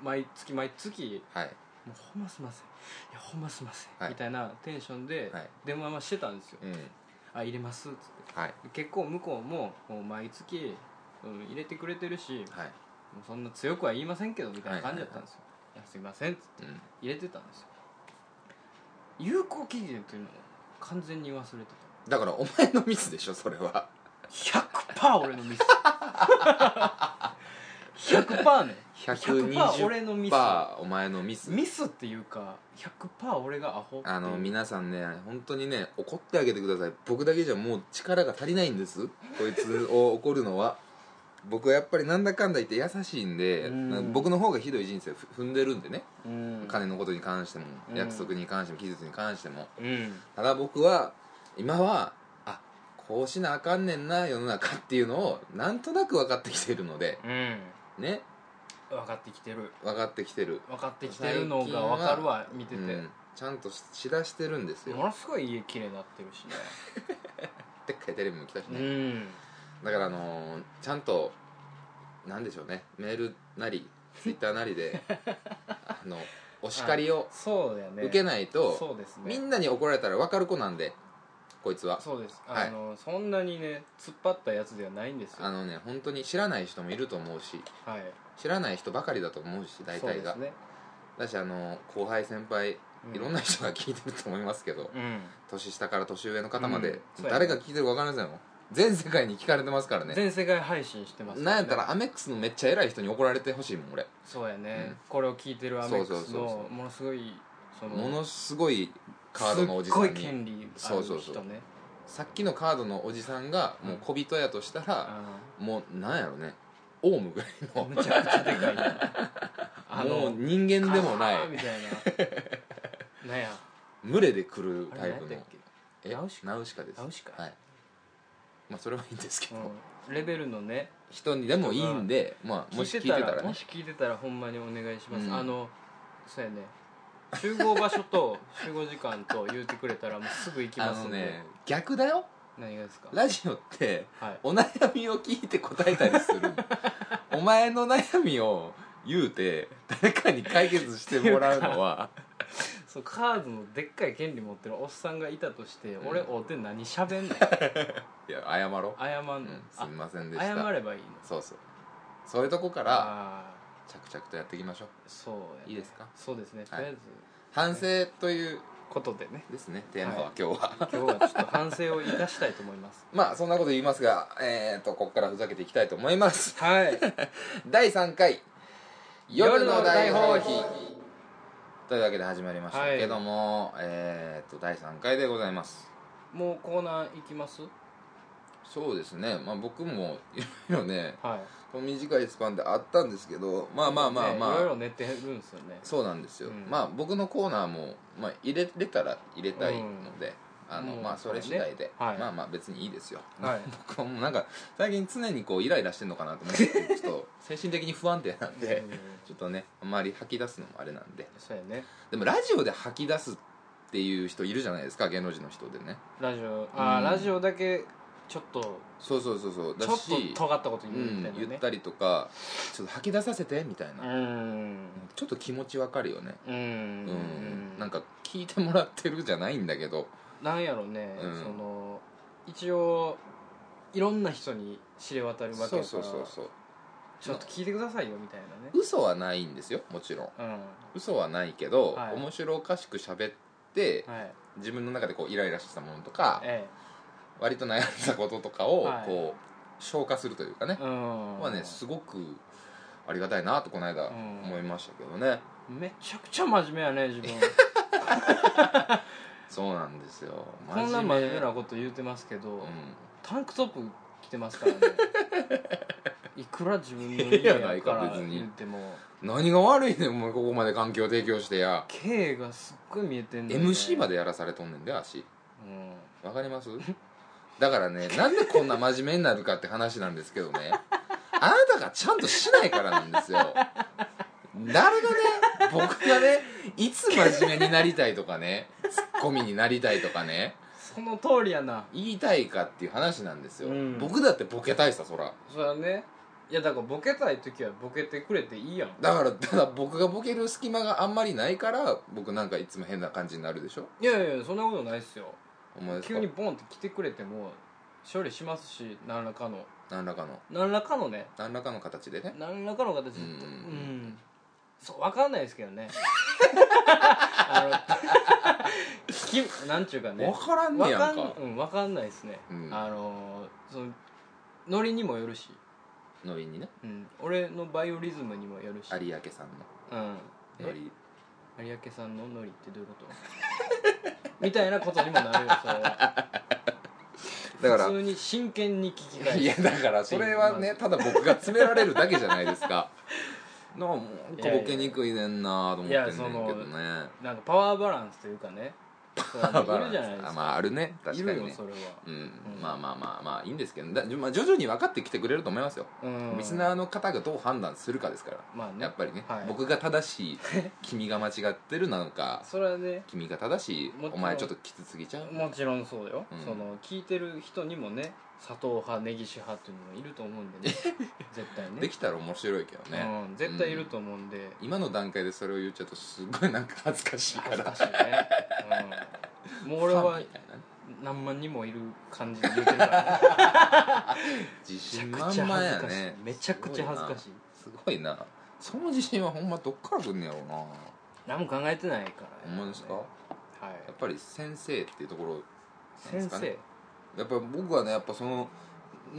Speaker 2: 毎月毎月
Speaker 1: はい
Speaker 2: 「もうほんますいませんいやほんますいません」
Speaker 1: はい
Speaker 2: みたいなテンションで
Speaker 1: はい
Speaker 2: 電話はしてたんですよ
Speaker 1: うん
Speaker 2: 「あ入れます」っつって
Speaker 1: はい
Speaker 2: 結構向こうももう毎月、うん、入れてくれてるし
Speaker 1: はい
Speaker 2: もうそんな強くは言いませんけどみたいな感じだったんですよ「いやすいません」っつって
Speaker 1: うん
Speaker 2: 入れてたんですよ有効期限っていうのを完全に忘れてた
Speaker 1: だからお前のミスでしょそれは
Speaker 2: 100%俺 のミス100%ね120%俺のミス
Speaker 1: 120%お前のミス
Speaker 2: ミスっていうか100%俺がアホっていう
Speaker 1: あの皆さんね本当にね怒ってあげてください僕だけじゃもう力が足りないんですこいつを怒るのは 僕はやっぱりなんだかんだ言って優しいんで
Speaker 2: うん
Speaker 1: 僕の方がひどい人生を踏んでるんでね、
Speaker 2: うん
Speaker 1: 金のことに関しても
Speaker 2: うん
Speaker 1: 約束に関しても技術に関しても
Speaker 2: うん
Speaker 1: ただ僕は今はあこうしなあかんねんな世の中っていうのをなんとなく分かってきてるので
Speaker 2: うん
Speaker 1: ね
Speaker 2: 分かってきてる
Speaker 1: 分かってきてる
Speaker 2: 分かってきてるのが分かるわ見てて、
Speaker 1: うんちゃんとししだしてるんですよ
Speaker 2: ものすごい家綺麗になってるしね
Speaker 1: でっかいテレビも来たし ね、
Speaker 2: ん
Speaker 1: だからあのーちゃんとなんでしょうねメールな りツイッターなりであのお叱りを
Speaker 2: そうやね
Speaker 1: 受けないと、
Speaker 2: そうですね
Speaker 1: みんなに怒られたら分かる子なんでこいつは
Speaker 2: そうです
Speaker 1: はい
Speaker 2: あの、そんなにね突っ張ったやつではないんですよ
Speaker 1: あのね本当に知らない人もいると思うし
Speaker 2: はい
Speaker 1: 知らない人ばかりだと思うし大
Speaker 2: そう
Speaker 1: 体
Speaker 2: で
Speaker 1: が、
Speaker 2: すね
Speaker 1: だしあの後輩先輩いろんな人が聞いてると思いますけど、
Speaker 2: うん
Speaker 1: 年下から年上の方ま
Speaker 2: うん
Speaker 1: で、
Speaker 2: そうや
Speaker 1: 誰
Speaker 2: ね
Speaker 1: が聞いてるか分からないですよ全世界に聞かれてますからね
Speaker 2: 全世界配信してます
Speaker 1: なんやったらアメックスのめっちゃ偉い人に怒られてほしいもん俺
Speaker 2: そうやね、
Speaker 1: うん
Speaker 2: これを聞いてるアメッ
Speaker 1: そう
Speaker 2: ク
Speaker 1: そう
Speaker 2: ス
Speaker 1: そうそ
Speaker 2: のものすごいその
Speaker 1: ものすごいカードのおじさ
Speaker 2: す
Speaker 1: ん
Speaker 2: っごい
Speaker 1: に
Speaker 2: 権利あ
Speaker 1: そう
Speaker 2: る
Speaker 1: そうそう
Speaker 2: 人ね
Speaker 1: さっきのカードのおじさんがもう小人やとしたら、
Speaker 2: あ
Speaker 1: もうなんやろねオウムぐらい
Speaker 2: ー
Speaker 1: の
Speaker 2: めちゃくちゃで かい
Speaker 1: も
Speaker 2: あ
Speaker 1: う
Speaker 2: の
Speaker 1: 人間でもない
Speaker 2: あーみたいななんや
Speaker 1: 群れで来る
Speaker 2: あれ
Speaker 1: タイプ
Speaker 2: 何
Speaker 1: の
Speaker 2: やったっけ
Speaker 1: え
Speaker 2: ナウシカ
Speaker 1: ナウシカです
Speaker 2: ナウシカ
Speaker 1: はいまあそれはいいんですけど、
Speaker 2: うんレベルのね
Speaker 1: 人にでもいいんで、まあもし聞いてたらね
Speaker 2: もし聞いてたらほんまにお願いします、
Speaker 1: うん
Speaker 2: あのそうやね集合場所と集合時間と言うてくれたらもうすぐ行き
Speaker 1: あ
Speaker 2: ます
Speaker 1: の
Speaker 2: んで、
Speaker 1: ね逆だよ
Speaker 2: 何がですか
Speaker 1: ラジオって
Speaker 2: はい
Speaker 1: お悩みを聞いて答えたりするお前の悩みを言うて誰かに解決してもらうの は
Speaker 2: そうカードのでっかい権利持ってるおっさんがいたとして、
Speaker 1: うん
Speaker 2: 俺おて何しゃべんねん
Speaker 1: いや謝ろう、
Speaker 2: 謝んの、
Speaker 1: うん、す
Speaker 2: あ
Speaker 1: みませんでした
Speaker 2: 謝ればいいの
Speaker 1: そうそうそういうとこから
Speaker 2: あ
Speaker 1: 着々とやっていきましょう
Speaker 2: ーそうやね
Speaker 1: いいですか
Speaker 2: そうですねと
Speaker 1: はい
Speaker 2: りあえず、
Speaker 1: 反省という
Speaker 2: ことでね
Speaker 1: ですねテーマは今日は、
Speaker 2: 今日はちょっと反省を生かしたいと思います
Speaker 1: まあそんなこと言いますがえー、とここからふざけていきたいと思います
Speaker 2: はい
Speaker 1: 第3回夜
Speaker 2: 夜
Speaker 1: の
Speaker 2: の
Speaker 1: 大
Speaker 2: 大
Speaker 1: 放
Speaker 2: 放
Speaker 1: 棄
Speaker 2: 棄
Speaker 1: というわけで始まりました
Speaker 2: はい
Speaker 1: けども、えー、と第3回でございます
Speaker 2: もうコーナー行きます
Speaker 1: そうですねまあ僕もいろいろね
Speaker 2: はい
Speaker 1: この短いスパンであったんですけどまあまあまあまあ、
Speaker 2: ねいろいろ寝てるんですよね
Speaker 1: そうなんですよ、
Speaker 2: うん
Speaker 1: まあ僕のコーナーも、まあ、入れれたら入れたいので、あの
Speaker 2: うん
Speaker 1: まあそれ次第で、
Speaker 2: はい
Speaker 1: まあまあ別にいいですよ、
Speaker 2: はい
Speaker 1: 僕はもうなんか最近常にこうイライラしてんのかなと思 ってちょっと精神的に不安定なんで、
Speaker 2: うん
Speaker 1: ちょっとねあんまり吐き出すのもあれなんで
Speaker 2: そうやね
Speaker 1: でもラジオで吐き出すっていう人いるじゃないですか芸能人の人でね
Speaker 2: ラジオあー、
Speaker 1: うん
Speaker 2: ラジオだけちょっと
Speaker 1: そうそうそうそうだ
Speaker 2: ちょっ
Speaker 1: し
Speaker 2: と尖ったこと
Speaker 1: う
Speaker 2: 言うみたい
Speaker 1: ん、
Speaker 2: なね、
Speaker 1: 言ったりとかちょっと吐き出させてみたいな、
Speaker 2: うーん
Speaker 1: ちょっと気持ちわかるよね
Speaker 2: うー
Speaker 1: うんん、なんか聞いてもらってるじゃないんだけど
Speaker 2: なんやろね、
Speaker 1: うん
Speaker 2: その一応いろんな人に知れ渡るわけやか
Speaker 1: そう
Speaker 2: ら
Speaker 1: そうそうそう
Speaker 2: ちょっと聞いてくださいよみたい
Speaker 1: 嘘はないんですよもちろん
Speaker 2: なね
Speaker 1: 嘘はないけど、
Speaker 2: はい
Speaker 1: 面白おかしく喋って
Speaker 2: うんはい
Speaker 1: 自分の中でこうイライラしてたものとか
Speaker 2: え
Speaker 1: 割と悩んだこととかをこう、
Speaker 2: はい
Speaker 1: 消化するというかね
Speaker 2: え、うん
Speaker 1: まあねすごくありがたいなとこの間
Speaker 2: うん
Speaker 1: 思いましたけどね、
Speaker 2: めちゃくちゃ真面目やね自 分
Speaker 1: そうなんですよ
Speaker 2: こんな真面目なこと言うてますけど、
Speaker 1: う
Speaker 2: タンクトップ着てますからねいくら自分の
Speaker 1: い
Speaker 2: 家
Speaker 1: やない
Speaker 2: や
Speaker 1: か
Speaker 2: から
Speaker 1: 別に
Speaker 2: 言っても
Speaker 1: ん、何が悪いねんお前ここまで環境提供してや、
Speaker 2: K がすっごい見えてんのよね
Speaker 1: MC までやらされとんねんで足
Speaker 2: うん
Speaker 1: わかります だからねなんでこんな真面目になるかって話なんですけどねあなたがちゃんとしないからなんですよ誰がね僕がねいつ真面目になりたいとかねツッコミになりたいとかね
Speaker 2: その通りやな
Speaker 1: 言いたいかっていう話なんですよ、
Speaker 2: うん
Speaker 1: 僕だってボケたいさそら
Speaker 2: それはねいやだからボケたい時はボケてくれていいやん
Speaker 1: だからただ僕がボケる隙間があんまりないから僕なんかいつも変な感じになるでしょ
Speaker 2: いやいやそんなことないっすよ
Speaker 1: お前です
Speaker 2: 急
Speaker 1: か
Speaker 2: にボンって来てくれても処理しますし何らかの
Speaker 1: 何らかの
Speaker 2: 何らかのね
Speaker 1: 何らかの形でね
Speaker 2: 何らかの形で
Speaker 1: うん
Speaker 2: んそう分かんないですけどねあの聞きなんちゅうかね
Speaker 1: 分からんね
Speaker 2: わ
Speaker 1: や
Speaker 2: か
Speaker 1: ん
Speaker 2: ん
Speaker 1: か
Speaker 2: うん、わかんないですね、
Speaker 1: うん
Speaker 2: あのーそのノリにもよるし、
Speaker 1: ノリにね
Speaker 2: うん、俺のバイオリズムにもよるし、
Speaker 1: 有明さん
Speaker 2: うん、
Speaker 1: のノリ
Speaker 2: え有明さんのノリってどういうことみたいなことにもなるよそれ は
Speaker 1: だから
Speaker 2: 普通に真剣に聞き返
Speaker 1: い
Speaker 2: し
Speaker 1: やだからそれはねただ僕が詰められるだけじゃないです かなんかもうこぼけにくいねんなと思ってんねんけど
Speaker 2: い
Speaker 1: ね
Speaker 2: なんかパワーバランスというかねそう
Speaker 1: パワーバラ
Speaker 2: いる
Speaker 1: ン
Speaker 2: じ
Speaker 1: ス
Speaker 2: ゃないですか
Speaker 1: あまああるね
Speaker 2: い
Speaker 1: 確か
Speaker 2: る
Speaker 1: に
Speaker 2: よ
Speaker 1: ね
Speaker 2: それは
Speaker 1: うん、
Speaker 2: うん
Speaker 1: まあまあまあまあいいんですけどだまあ徐々に分かってきてくれると思いますよ、
Speaker 2: うん
Speaker 1: リスナーの方がどう判断するかですから
Speaker 2: まあね
Speaker 1: やっぱりね、
Speaker 2: はい
Speaker 1: 僕が正しい君が間違ってるなのか
Speaker 2: それはね
Speaker 1: 君が正しい
Speaker 2: もちろん
Speaker 1: お前ちょっときつすぎちゃう
Speaker 2: もちろんそうだよ、
Speaker 1: うん
Speaker 2: その聞いてる人にもね佐藤派根岸派っていうのもいると思うん でね絶対ね
Speaker 1: できたら面白いけどね、
Speaker 2: うん、絶対いると思うんで、
Speaker 1: 今の段階でそれを言っちゃうとすごいなんか恥ずかしいか
Speaker 2: 恥ず
Speaker 1: ら
Speaker 2: かしいね、うん、もう俺
Speaker 1: ファン
Speaker 2: は
Speaker 1: みたいなね
Speaker 2: 何万人もいる感じで言ってるから、ね、
Speaker 1: 自
Speaker 2: めちゃ
Speaker 1: 信満
Speaker 2: くちゃ
Speaker 1: 々や
Speaker 2: 恥ずかしい
Speaker 1: ね
Speaker 2: めちゃくちゃ恥ずかしい
Speaker 1: すすごいなその自信はほんまどっからくんねやろうな
Speaker 2: 何も考えてないから
Speaker 1: ほんまですかや
Speaker 2: はい
Speaker 1: っぱり先生っていうところなんで
Speaker 2: 先
Speaker 1: すかね
Speaker 2: 生
Speaker 1: やっぱり僕はねやっぱその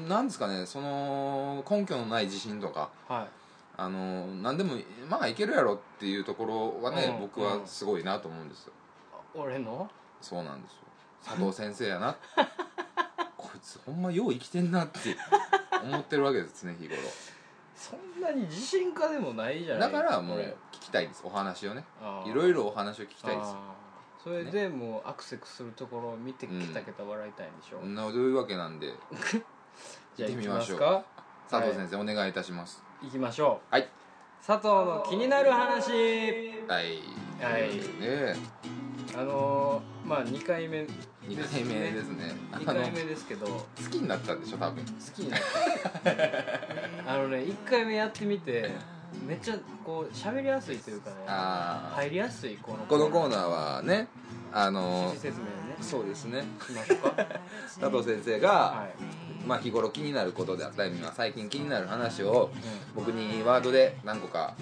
Speaker 1: なんですかねその根拠のない自信とか
Speaker 2: は
Speaker 1: あの何でもまあいけるやろっていうところはね、
Speaker 2: うん
Speaker 1: 僕はすごいなと思うんですよ
Speaker 2: い俺の
Speaker 1: そうなんですよ佐藤先生やな こいつほんまよう生きてんなって思ってるわけです常日頃
Speaker 2: そんなに自信家でもないじゃな
Speaker 1: だか
Speaker 2: い
Speaker 1: らもう
Speaker 2: 俺
Speaker 1: 聞きたいんですお話をね
Speaker 2: あー
Speaker 1: いろいろお話を聞きたいです
Speaker 2: あーそれでもうアクセクするところを見て
Speaker 1: うん
Speaker 2: ケタケタ笑いたいんでしょ、
Speaker 1: そんなというわけなんで
Speaker 2: じ
Speaker 1: 行っ
Speaker 2: ゃあ行
Speaker 1: て
Speaker 2: き
Speaker 1: みま
Speaker 2: ま
Speaker 1: しょ
Speaker 2: す
Speaker 1: う
Speaker 2: か
Speaker 1: 佐藤先生、お願いいたします
Speaker 2: 行きましょう
Speaker 1: はい
Speaker 2: 佐藤の気になる話
Speaker 1: はい
Speaker 2: はい
Speaker 1: ね
Speaker 2: あのー、まあ2回目
Speaker 1: 二回目ですね
Speaker 2: 2
Speaker 1: あの
Speaker 2: 回目ですけど好
Speaker 1: 好きになったんでしょ多分
Speaker 2: きになっ たあのね1回目やってみてめっちゃこう喋りやすいというかね
Speaker 1: あー
Speaker 2: 入りやすいこの
Speaker 1: このコーナーはねあの
Speaker 2: 趣旨説明ね
Speaker 1: そうですね
Speaker 2: しましょう か
Speaker 1: 佐藤先生が、
Speaker 2: はい、
Speaker 1: まあ、日頃気になることであったり、まあ、最近気になる話を
Speaker 2: う
Speaker 1: 僕にワードで何個か、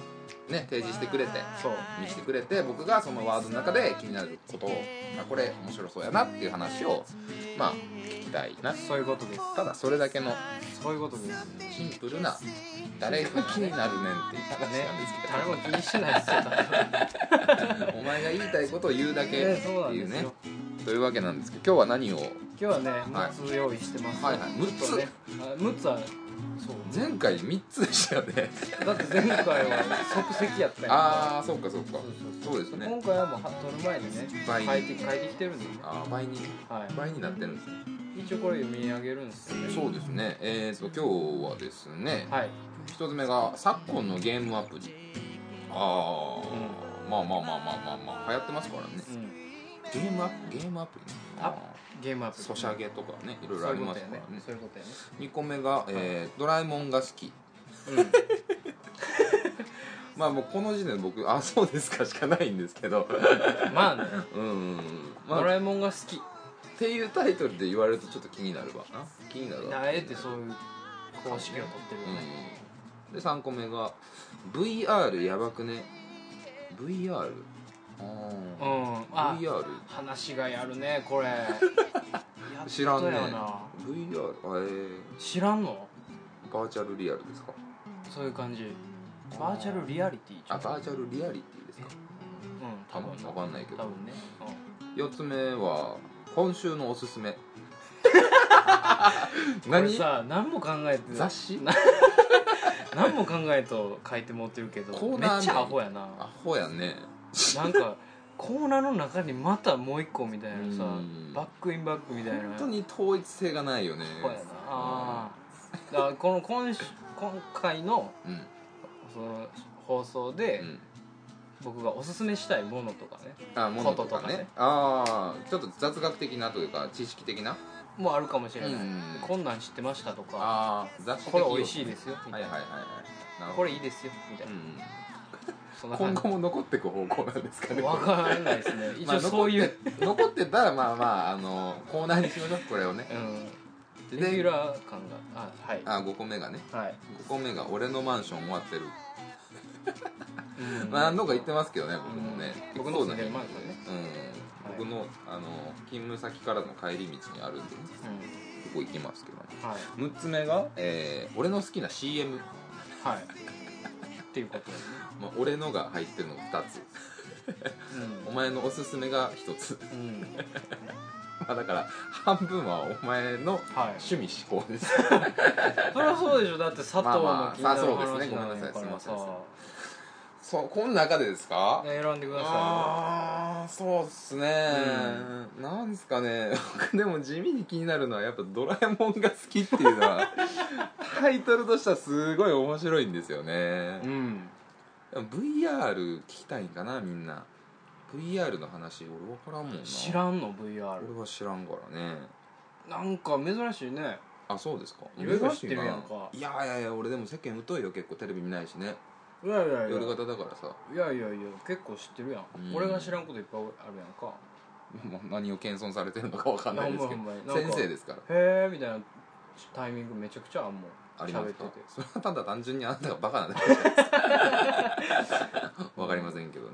Speaker 1: ね、提示してくれて
Speaker 2: ん、そう
Speaker 1: 見せてくれて僕がそのワードの中で気になることをあこれ面白そうやなっていう話をまあ聞きたいな
Speaker 2: そういうことです
Speaker 1: ただそれだけの
Speaker 2: そういうことですね
Speaker 1: シンプルな誰が気になるねんっていう話なんです
Speaker 2: 誰も気にしてないですよ
Speaker 1: けど、お前が言いたいことを言うだけって
Speaker 2: ねそうないん
Speaker 1: う
Speaker 2: です
Speaker 1: ね
Speaker 2: よ
Speaker 1: というわけなんですけど今日は何を
Speaker 2: 今日はね6つ用意してます、
Speaker 1: はいはいはい
Speaker 2: ちょっとねあ6つはそう
Speaker 1: 前回3つでしたよね
Speaker 2: だって前回は即席やったやん
Speaker 1: ああそうかそうかそうですね
Speaker 2: 今回はもうは撮る前でね
Speaker 1: 倍に
Speaker 2: 変えて変えてきてるんでね、
Speaker 1: ああ倍に
Speaker 2: は
Speaker 1: 倍になってるんですね
Speaker 2: い、一応これ読み上げるんですよね
Speaker 1: そうですねえー、と今日はですね
Speaker 2: はい
Speaker 1: 一つ目が昨今のゲームアプリああ、まあまあまあまあまあまあ流行ってますからね
Speaker 2: うん
Speaker 1: ゲームアプリゲームアプリね
Speaker 2: あ
Speaker 1: あ
Speaker 2: ゲームア
Speaker 1: ー
Speaker 2: プリ
Speaker 1: ソシャゲとかねいろいろ
Speaker 2: そ
Speaker 1: あ
Speaker 2: うい
Speaker 1: り
Speaker 2: う
Speaker 1: ま
Speaker 2: こと
Speaker 1: す
Speaker 2: や
Speaker 1: から
Speaker 2: ね
Speaker 1: ね
Speaker 2: そういうことやね
Speaker 1: 2個目が、えードラえもんが好き」
Speaker 2: うん
Speaker 1: まあもうこの時点で僕「あそうですか」しかないんですけど
Speaker 2: まあね、
Speaker 1: うんうんうんま
Speaker 2: ド
Speaker 1: あっ
Speaker 2: ラえもんが好き
Speaker 1: ていうタイトルで言われるとちょっと気になるわな気になるわ
Speaker 2: あえてそういう公式を取ってるよね、
Speaker 1: うん、で3個目が VR やばくね VR?
Speaker 2: う
Speaker 1: あ
Speaker 2: ん
Speaker 1: あ
Speaker 2: あ
Speaker 1: VR?
Speaker 2: 話がやるね これ
Speaker 1: 知らんね
Speaker 2: やっとやな
Speaker 1: VR あえ
Speaker 2: 知らんの
Speaker 1: ーバーチャルリアルですか
Speaker 2: そういう感じバーチャルリアリティじゃ
Speaker 1: あ
Speaker 2: ん
Speaker 1: バーチャルリアリティですか
Speaker 2: うん
Speaker 1: あ
Speaker 2: 多
Speaker 1: ん
Speaker 2: 分
Speaker 1: まわかんないけ
Speaker 2: 多
Speaker 1: ど
Speaker 2: 分ね、
Speaker 1: 4つ目は今週のおすす め
Speaker 2: うん、これ
Speaker 1: 何
Speaker 2: さ何も考えて
Speaker 1: 雑誌
Speaker 2: な何も考えと書いて持ってるけど
Speaker 1: コー
Speaker 2: めっ
Speaker 1: ナー名
Speaker 2: ちゃアホやな
Speaker 1: アホやね
Speaker 2: なんかコーナーの中にまたもう一個みたいなさ
Speaker 1: うん
Speaker 2: バックインバックみたいな
Speaker 1: 本当に統一性がないよね
Speaker 2: アホやなあーだからこの今週今回の
Speaker 1: うん
Speaker 2: その放送で、
Speaker 1: うん
Speaker 2: 僕がおすすめしたいものとかね
Speaker 1: あものと
Speaker 2: ことと
Speaker 1: か
Speaker 2: か
Speaker 1: ね
Speaker 2: ね
Speaker 1: ああちょっと雑学的なというか知識的な
Speaker 2: もうあるかもしれない、
Speaker 1: うん
Speaker 2: こんなん知ってましたとか
Speaker 1: ああ雑誌的
Speaker 2: これ美味しい
Speaker 1: ね
Speaker 2: ですよみた
Speaker 1: はいい
Speaker 2: な、
Speaker 1: はいはいはいなるほ
Speaker 2: こ
Speaker 1: ど
Speaker 2: れいいですよみたいな、そんな
Speaker 1: うん、今
Speaker 2: 感
Speaker 1: 後も残っていく方向なんですか
Speaker 2: じ
Speaker 1: ね
Speaker 2: わからないですね一
Speaker 1: まあ
Speaker 2: 応そういう、
Speaker 1: 残ってたらまあまああのコーナーにしましょうこれをね
Speaker 2: うんレギュラー感があはい
Speaker 1: あ5個目がね
Speaker 2: はい、
Speaker 1: 5個目が「俺のマンション終わってる」
Speaker 2: うん
Speaker 1: まあ何度か言ってますけどね僕もね、
Speaker 2: うん
Speaker 1: 結
Speaker 2: 僕
Speaker 1: 構な
Speaker 2: の住んでる
Speaker 1: 頻
Speaker 2: マン
Speaker 1: 度
Speaker 2: ションね
Speaker 1: でうん、僕のあの勤務先からの帰り道にあるんでね
Speaker 2: う
Speaker 1: ここ行きますけどね
Speaker 2: んはい
Speaker 1: 6つ目が、えー俺の好きな CM」
Speaker 2: はいっていうことですね
Speaker 1: まあ、俺のが入ってるのが2つお前のおすすめが1つ
Speaker 2: うん、うん、
Speaker 1: まあだから半分はお前の
Speaker 2: はい
Speaker 1: 趣味嗜好です
Speaker 2: そりゃそうでしょだって佐藤の気に
Speaker 1: まあまあ
Speaker 2: なる
Speaker 1: そう
Speaker 2: 話
Speaker 1: ですね
Speaker 2: な
Speaker 1: ごめんな
Speaker 2: んやから
Speaker 1: さ
Speaker 2: さ
Speaker 1: いすいませんすいまそうこの中でですか、
Speaker 2: ね選んでくださ
Speaker 1: ああそうっすね、なんですかね僕でも地味に気になるのはやっぱ「ドラえもんが好き」っていうの はタイトルとしてはすごい面白いんですよね
Speaker 2: いうん
Speaker 1: でも VR 聞きたいんかなみんな VR の話俺分からんもんな
Speaker 2: 知らんの VR
Speaker 1: 俺は知らんからね
Speaker 2: なんか珍しいね
Speaker 1: あそうですか
Speaker 2: いろいろ知ってるやんか
Speaker 1: いやいやいや俺でも世間疎いよ結構テレビ見ないしね
Speaker 2: いやいやいや
Speaker 1: 夜型だからさ
Speaker 2: いやいやいや結構知ってるやん、
Speaker 1: うん
Speaker 2: 俺が知らんこといっぱいあるやんか
Speaker 1: もう 何を謙遜されてるのかわかんないですけ
Speaker 2: いやほんまほん
Speaker 1: ど
Speaker 2: まな
Speaker 1: 先
Speaker 2: んか
Speaker 1: 生ですから
Speaker 2: へえみたいなタイミングめちゃくちゃあんもん
Speaker 1: ありますか
Speaker 2: 喋ってて
Speaker 1: それはただ単純にあなたがバカなん だけですわかりませんけどね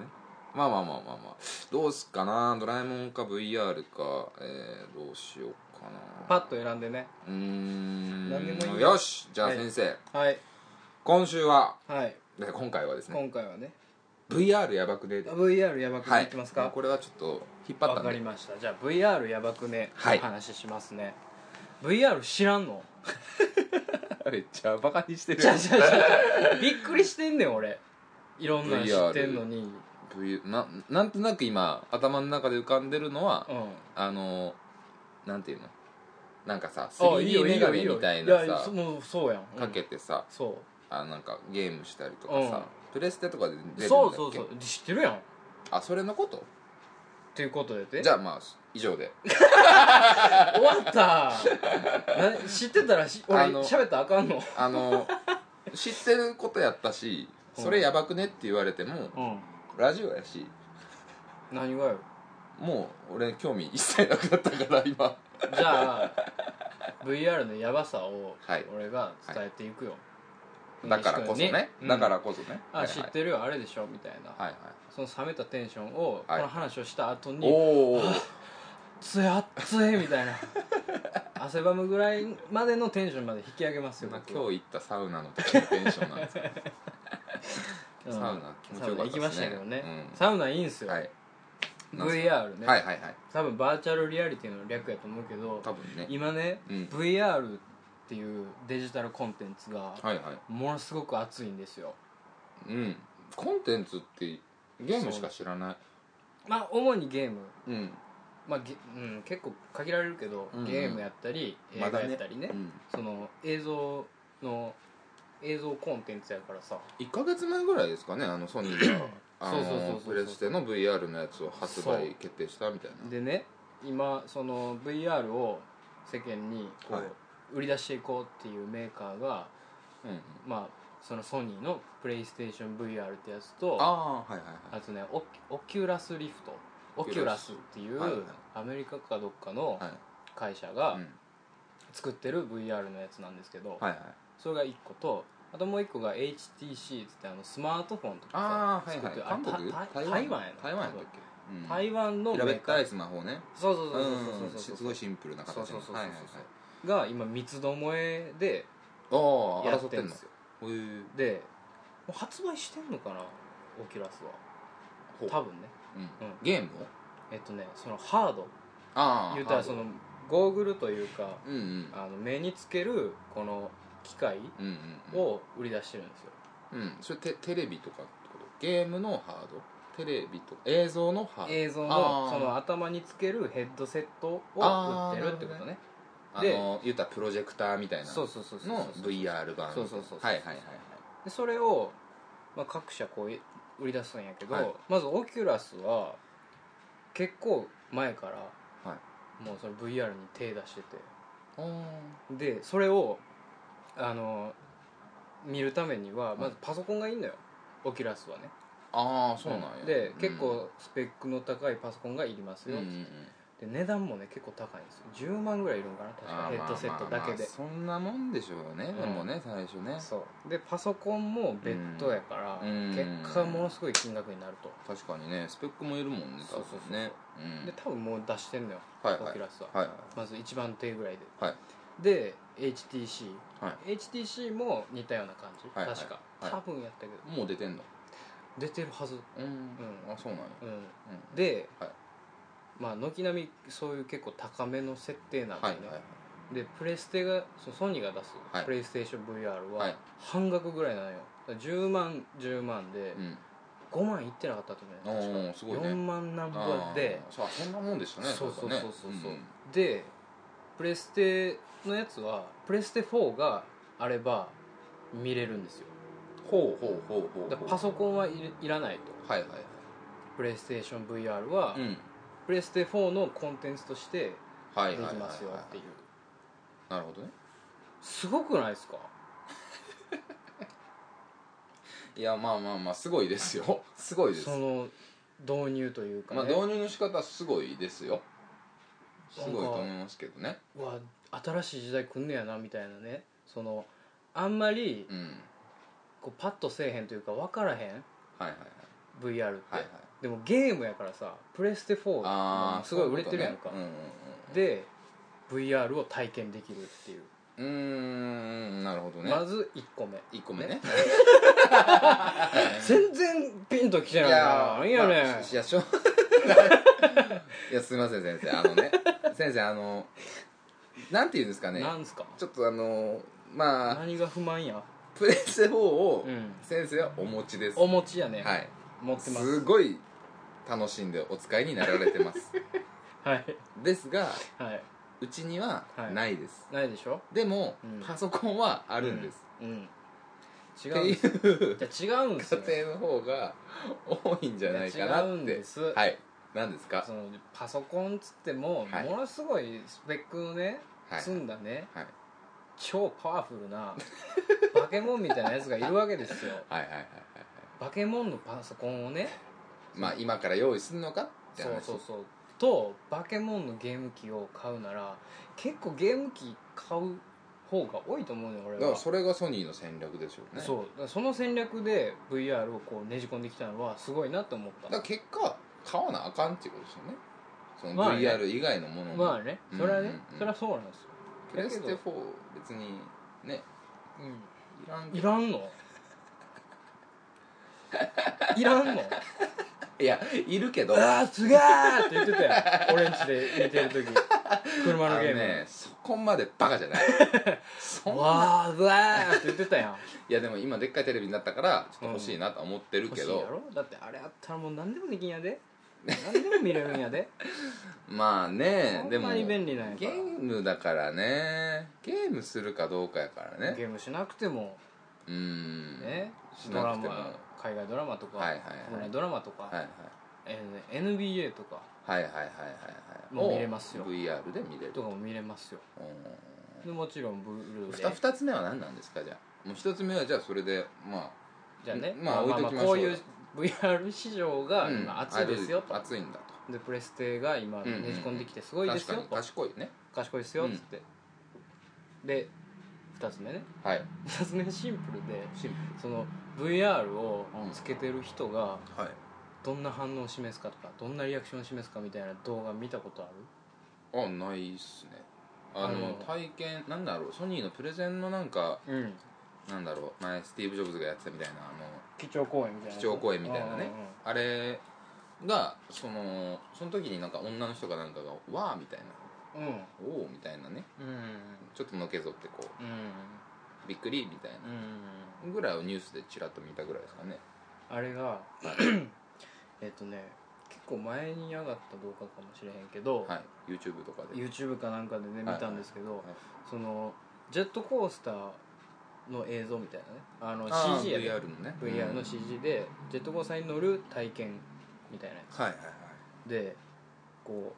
Speaker 1: まあまあまあまあまあどうすっかなドラえもんか VR か、えー、どうしようかな
Speaker 2: パッと選んでね
Speaker 1: うーん
Speaker 2: 何でもいいよ
Speaker 1: よしじゃあ
Speaker 2: はい
Speaker 1: 先生、
Speaker 2: はい
Speaker 1: 今週は
Speaker 2: はい
Speaker 1: で今回はですね
Speaker 2: 今回はね
Speaker 1: VR やばくねで
Speaker 2: VR やばくねいきますか、
Speaker 1: はい、これはちょっと引っ張っ
Speaker 2: わ
Speaker 1: たん
Speaker 2: か
Speaker 1: で
Speaker 2: りましたじゃあ VR やばくね
Speaker 1: はい
Speaker 2: お話ししますね、VR 知らんの
Speaker 1: めっちゃバカにしてる
Speaker 2: じゃじゃじゃびっくりしてんねん俺いろんなん知ってんのに、
Speaker 1: V ななんとなく今頭の中で浮かんでるのは、
Speaker 2: うん
Speaker 1: あのなんていうのなんかさ
Speaker 2: あいい
Speaker 1: 3D
Speaker 2: よ
Speaker 1: メ
Speaker 2: よ
Speaker 1: ガネみたい
Speaker 2: よ
Speaker 1: な
Speaker 2: や
Speaker 1: さ
Speaker 2: そもうそうやん、うん
Speaker 1: かけてさ
Speaker 2: そ
Speaker 1: あなんかゲームしたりとかさ、
Speaker 2: うん
Speaker 1: プレステとかで出るんだっ
Speaker 2: う
Speaker 1: け
Speaker 2: そうそうそう知ってるやんっ
Speaker 1: あそれのこと
Speaker 2: ていうことでて
Speaker 1: じゃあまあ以上で
Speaker 2: 終わったな知ってたらし俺
Speaker 1: あの
Speaker 2: 喋ったらあかんの
Speaker 1: あ の知ってることやったしそれやばくねって言われても、
Speaker 2: うん
Speaker 1: ラジオやし
Speaker 2: 何がよ
Speaker 1: もう俺興味一切なくなったから今
Speaker 2: じゃあ VR のやばさを
Speaker 1: はい
Speaker 2: 俺が伝えていくよ、
Speaker 1: だからこそね
Speaker 2: うん
Speaker 1: だからこそね、
Speaker 2: あ、
Speaker 1: はい
Speaker 2: 知ってるよあれでしょみたいな、
Speaker 1: はいはい
Speaker 2: その冷めたテンションをこ
Speaker 1: はい
Speaker 2: の話をした後
Speaker 1: お
Speaker 2: に「
Speaker 1: お ー
Speaker 2: つえ熱い」みたいな 汗ばむぐらいまでのテンションまで引き上げますよ
Speaker 1: 今日
Speaker 2: 僕
Speaker 1: 行ったサウナの時のテンションなんですけど
Speaker 2: うん
Speaker 1: サウナ気持ちよかったですね
Speaker 2: サウナ行きましたけどね、
Speaker 1: うん
Speaker 2: サウナいいんすよ、
Speaker 1: はい、なんす
Speaker 2: VR ね、
Speaker 1: はいはいはい
Speaker 2: 多分バーチャルリアリティの略やと思うけど
Speaker 1: 多分ね
Speaker 2: 今ね、
Speaker 1: うん
Speaker 2: VR っていうデジタルコンテンツが
Speaker 1: はいはい
Speaker 2: ものすごく熱いんですよ
Speaker 1: うんコンテンツってゲームしか知らない
Speaker 2: まあ主にゲーム、
Speaker 1: うん
Speaker 2: まあげうん、結構限られるけど、
Speaker 1: うんうん
Speaker 2: ゲームやったり映
Speaker 1: ま
Speaker 2: 画
Speaker 1: だね
Speaker 2: やったりね
Speaker 1: うん
Speaker 2: その映像の映像コンテンツやからさ
Speaker 1: 1か月前ぐらいですかねあのソニーがあ
Speaker 2: そうそうそうそう
Speaker 1: のプレステの VR のやつを発売決定したみたいな
Speaker 2: でね今その VR を世間にこう、
Speaker 1: はい
Speaker 2: 売り出していこうっていうメーカーが
Speaker 1: うんうん
Speaker 2: まあそのソニーのプレイステーション VR ってやつと
Speaker 1: ああはいはいは
Speaker 2: あとねオキオキュラスリフトオキュラスっていう
Speaker 1: はいはい
Speaker 2: アメリカかどっかの
Speaker 1: いはい
Speaker 2: 会社
Speaker 1: う
Speaker 2: が
Speaker 1: ん
Speaker 2: 作ってる VR のやつなんですけど、
Speaker 1: はいはい
Speaker 2: それが1個とあともう1個が HTC っつってあのスマートフォンとか
Speaker 1: ああはい
Speaker 2: 作
Speaker 1: は
Speaker 2: っ
Speaker 1: い
Speaker 2: てる
Speaker 1: 韓国
Speaker 2: あた台湾やな
Speaker 1: 台湾やったっけ
Speaker 2: 台湾の
Speaker 1: うん
Speaker 2: メ
Speaker 1: 平べっ
Speaker 2: ーカ
Speaker 1: た
Speaker 2: ー
Speaker 1: いスマホね
Speaker 2: そうそう
Speaker 1: う
Speaker 2: そうそうんそうそう
Speaker 1: すごいシンプルな
Speaker 2: そう
Speaker 1: 形
Speaker 2: そう
Speaker 1: の
Speaker 2: そうそう
Speaker 1: はいはいはい
Speaker 2: そうが今三つどもえで
Speaker 1: ああ
Speaker 2: や
Speaker 1: 争
Speaker 2: っ
Speaker 1: ってて
Speaker 2: るん
Speaker 1: ん
Speaker 2: で
Speaker 1: の
Speaker 2: すよ
Speaker 1: へえ
Speaker 2: でもう発売してんのかなオキュラスは
Speaker 1: ほう
Speaker 2: 多分ね
Speaker 1: うん
Speaker 2: うん
Speaker 1: ゲームを
Speaker 2: えっとねそのハード
Speaker 1: ああ
Speaker 2: 言うたらそのゴーグルというか
Speaker 1: うんうん
Speaker 2: あの目につけるこの機械
Speaker 1: うんうんうん
Speaker 2: を売り出してるんですよ
Speaker 1: うん、それテテレビとかってことゲームのハードテレビとか映像のハード
Speaker 2: 映像
Speaker 1: あ
Speaker 2: の
Speaker 1: ー
Speaker 2: その頭につけるヘッドセットを売ってるってことね
Speaker 1: あ
Speaker 2: で
Speaker 1: の言ったらプロジェクターみたいな
Speaker 2: そうそうそうそう
Speaker 1: の
Speaker 2: そう
Speaker 1: VR 版
Speaker 2: そうそうそうそう
Speaker 1: はいはいはいはい
Speaker 2: でそれを、まあ、各社こうい売り出すんやけど、
Speaker 1: はい
Speaker 2: まずオキュラスは結構前から、
Speaker 1: は
Speaker 2: もうその VR に手出して
Speaker 1: おー
Speaker 2: てでそれをあの見るためにはまずパソコンがいいんだよ、オキュラスはね
Speaker 1: ああそうなんや
Speaker 2: で、
Speaker 1: うん
Speaker 2: 結構スペックの高いパソコンがいります
Speaker 1: うん
Speaker 2: よ、
Speaker 1: うんうん
Speaker 2: で値段もね結構高いんですよ10万ぐらいいるんかな確
Speaker 1: あ
Speaker 2: かヘ
Speaker 1: ーま
Speaker 2: ッ
Speaker 1: あ
Speaker 2: ドセットだ
Speaker 1: ま
Speaker 2: け
Speaker 1: あま
Speaker 2: で
Speaker 1: あ、そんなもんでしょうね、
Speaker 2: ん
Speaker 1: でもね最初ね
Speaker 2: そうでパソコンも別途やから、
Speaker 1: うん
Speaker 2: 結果ものすごい金額になると、
Speaker 1: 確かにねスペックもいるもんね多
Speaker 2: そうそうそう
Speaker 1: 分ねうん
Speaker 2: で多分もう出してんのよ、
Speaker 1: はいはい
Speaker 2: オキュラスは、
Speaker 1: はい
Speaker 2: まず一番手ぐらいで
Speaker 1: はい
Speaker 2: で HTC
Speaker 1: は
Speaker 2: HTC も似たような感じ、
Speaker 1: はいはい
Speaker 2: 確か、
Speaker 1: はい
Speaker 2: 多分やったけど
Speaker 1: いもう出てんの
Speaker 2: 出てるはず
Speaker 1: うん、
Speaker 2: ん
Speaker 1: あそうなんや
Speaker 2: うん、
Speaker 1: う
Speaker 2: で、
Speaker 1: はい
Speaker 2: まあ軒並みそういう結構高めの設定なん
Speaker 1: ん
Speaker 2: で
Speaker 1: はい
Speaker 2: ね、
Speaker 1: はいはい
Speaker 2: でプレステがそうソニーが出す、
Speaker 1: はい
Speaker 2: プレイステーション VR
Speaker 1: は
Speaker 2: はい半額ぐらいなのよだから10万10万で
Speaker 1: うん
Speaker 2: 5万いってなかったと思うよ
Speaker 1: おーすごいね
Speaker 2: 4万何
Speaker 1: あ
Speaker 2: 本
Speaker 1: ー
Speaker 2: で
Speaker 1: そうそんなもんでしたね
Speaker 2: そうそうそうそうそう、
Speaker 1: ん
Speaker 2: でプレステのやつはプレステ4があれば見れるんですよ
Speaker 1: ほうほうほうほう
Speaker 2: だからパソコンはいれいらないと
Speaker 1: はいはいはい
Speaker 2: プレイステーション VR は、
Speaker 1: うん
Speaker 2: プレステ4のコンテンツとして
Speaker 1: はい
Speaker 2: で
Speaker 1: はいはいは
Speaker 2: き
Speaker 1: い
Speaker 2: ますよっていう
Speaker 1: なるほどね
Speaker 2: すごくないですか
Speaker 1: いやまあまあまあすごいです よすごいです
Speaker 2: その導入というか、ね
Speaker 1: まあ導入の仕方すごいですよすごいと思いますけどね
Speaker 2: うわ新しい時代来んねやなみたいなねそのあんまり
Speaker 1: うん
Speaker 2: こうパッとせえへんというか分からへん
Speaker 1: はいはいはい
Speaker 2: VR って、
Speaker 1: はいはい
Speaker 2: でもゲームやからさプレステ4
Speaker 1: あ
Speaker 2: も
Speaker 1: あ
Speaker 2: すごい売れてるやんか、
Speaker 1: そういうことね
Speaker 2: で VR を体験できるっていう、
Speaker 1: うんうんうんうーんなるほどね
Speaker 2: まず1個目
Speaker 1: 1個目ね
Speaker 2: 全然ピンときてないな何やねん、
Speaker 1: まあしいやしょう いやすいません先生あのね 先生あのなんていうんですかね
Speaker 2: なんすか
Speaker 1: ちょっとあのまあ
Speaker 2: 何が不満や
Speaker 1: プレステ4を
Speaker 2: うん
Speaker 1: 先生はお持ちです、
Speaker 2: お持ちやね、
Speaker 1: はい
Speaker 2: 持ってます
Speaker 1: すごい楽しんでお使いになられてます
Speaker 2: はい
Speaker 1: ですが
Speaker 2: は
Speaker 1: うちには
Speaker 2: はい
Speaker 1: ないです、
Speaker 2: いないでしょ
Speaker 1: でも、
Speaker 2: うん
Speaker 1: パソコンはあるんです、
Speaker 2: うん、違
Speaker 1: って
Speaker 2: うん
Speaker 1: い
Speaker 2: です
Speaker 1: う
Speaker 2: よいや違うんですよ
Speaker 1: 家庭の方が多いんじゃないかな
Speaker 2: 違う
Speaker 1: っ
Speaker 2: ん
Speaker 1: て
Speaker 2: です
Speaker 1: はい何ですか
Speaker 2: そのパソコンっつっても、
Speaker 1: はい
Speaker 2: ものすごいスペックのね、
Speaker 1: はい
Speaker 2: 積んだね
Speaker 1: はい
Speaker 2: 超パワフ ルなバケモンみたいなやつがいるわけですよ
Speaker 1: はいはいはいはい
Speaker 2: バケモンのパソコンをね
Speaker 1: まあ今から用意するのかって
Speaker 2: そ
Speaker 1: 話
Speaker 2: うそうそうとバケモンのゲーム機を買うなら結構ゲーム機買う方が多いと思うね俺
Speaker 1: だか
Speaker 2: は
Speaker 1: らそれがソニーの戦略でしょうね
Speaker 2: そうだからその戦略で VR をこうねじ込んできたのはすごいなと思っ
Speaker 1: だか
Speaker 2: た
Speaker 1: ら結果買わなあかんっていうことですよねその
Speaker 2: まあね
Speaker 1: VR 以外のものも、
Speaker 2: まあねそれはね、
Speaker 1: うんうんうん
Speaker 2: それはそうなんですよ
Speaker 1: プレス
Speaker 2: だ
Speaker 1: テ
Speaker 2: け
Speaker 1: 4
Speaker 2: ど
Speaker 1: 別にねいらん
Speaker 2: い
Speaker 1: けど
Speaker 2: らんのいらんの
Speaker 1: いやいるけど
Speaker 2: ああすげーって言ってたよ俺んちで寝てる時車のゲーム、
Speaker 1: あのねそこまでバカじゃない そんな
Speaker 2: わーうわーって言ってたやん
Speaker 1: いやでも今でっかいテレビになったからちょっと欲しいなとは思ってる
Speaker 2: 欲
Speaker 1: け
Speaker 2: しい
Speaker 1: ど
Speaker 2: や、ろだってあれあったらもう何でもできんやで何でも見れるん やで
Speaker 1: まあねで
Speaker 2: ほん
Speaker 1: も
Speaker 2: まに
Speaker 1: ゲ
Speaker 2: 便利なんやから
Speaker 1: ームだからねゲームするかどうかやからね
Speaker 2: ゲームしなくても
Speaker 1: うーん
Speaker 2: ね
Speaker 1: し
Speaker 2: ド
Speaker 1: な
Speaker 2: ラ
Speaker 1: くても
Speaker 2: マ海外ドラマとか、
Speaker 1: はいはいはい
Speaker 2: 国内ドラマとか、
Speaker 1: はいはい
Speaker 2: えーね NBA とか
Speaker 1: はいはいはいはいはい
Speaker 2: もう見れますよ
Speaker 1: を VR で見れる
Speaker 2: とかも見れますよ
Speaker 1: う
Speaker 2: でもちろんブルー
Speaker 1: ん
Speaker 2: レ
Speaker 1: ふ
Speaker 2: イ
Speaker 1: た二つ目は何なんですかじゃあもう一つ目はじゃあそれでま
Speaker 2: じゃあね、
Speaker 1: まあ置いときましょ
Speaker 2: こ
Speaker 1: う
Speaker 2: ういう VR 市場
Speaker 1: あ
Speaker 2: が
Speaker 1: うん
Speaker 2: 今熱いですよと、
Speaker 1: 熱いんだと
Speaker 2: でプレステが今ねじ込んできてすごいで
Speaker 1: 確
Speaker 2: す
Speaker 1: か
Speaker 2: よ
Speaker 1: に
Speaker 2: と
Speaker 1: 賢いね
Speaker 2: 賢いですよっつって、で2つ目ね
Speaker 1: はい
Speaker 2: 2つ目シンプルで
Speaker 1: シンプ
Speaker 2: その VR をつけてる人が
Speaker 1: ルはい
Speaker 2: どんな反応を示すかとかどんなリアクションを示すかみたいな動画見たことある
Speaker 1: あないっすねあ
Speaker 2: あ
Speaker 1: の
Speaker 2: の
Speaker 1: 体験なんだろうソニーのプレゼンのなんか
Speaker 2: うん
Speaker 1: なんだろう前スティーブ・ジョブズがやってたみたいなあ
Speaker 2: 基調講演みたいな
Speaker 1: の基調講演みたいなねあれがそのその時になんか女の人かなんかが「わあ」みたいな
Speaker 2: うんうん
Speaker 1: 「おお」みたいなね
Speaker 2: うんうん
Speaker 1: ちょっとのけぞってこ
Speaker 2: うん
Speaker 1: うびっくりみたい
Speaker 2: うん
Speaker 1: なぐらいをニュースでちらっと見たぐらいですかね
Speaker 2: あれが
Speaker 1: は
Speaker 2: えっとね結構前に上がった動画かもしれへんけど、
Speaker 1: はい YouTube とかで
Speaker 2: YouTube かなんかでね
Speaker 1: はい
Speaker 2: 見たんですけど、
Speaker 1: はい
Speaker 2: そのジェットコースターの映像みたいなねあの
Speaker 1: あー
Speaker 2: CG やで
Speaker 1: VR のね
Speaker 2: VR の
Speaker 1: うん
Speaker 2: CG でジェットコースターに乗る体験みたいなや
Speaker 1: はいはいはい
Speaker 2: つでこ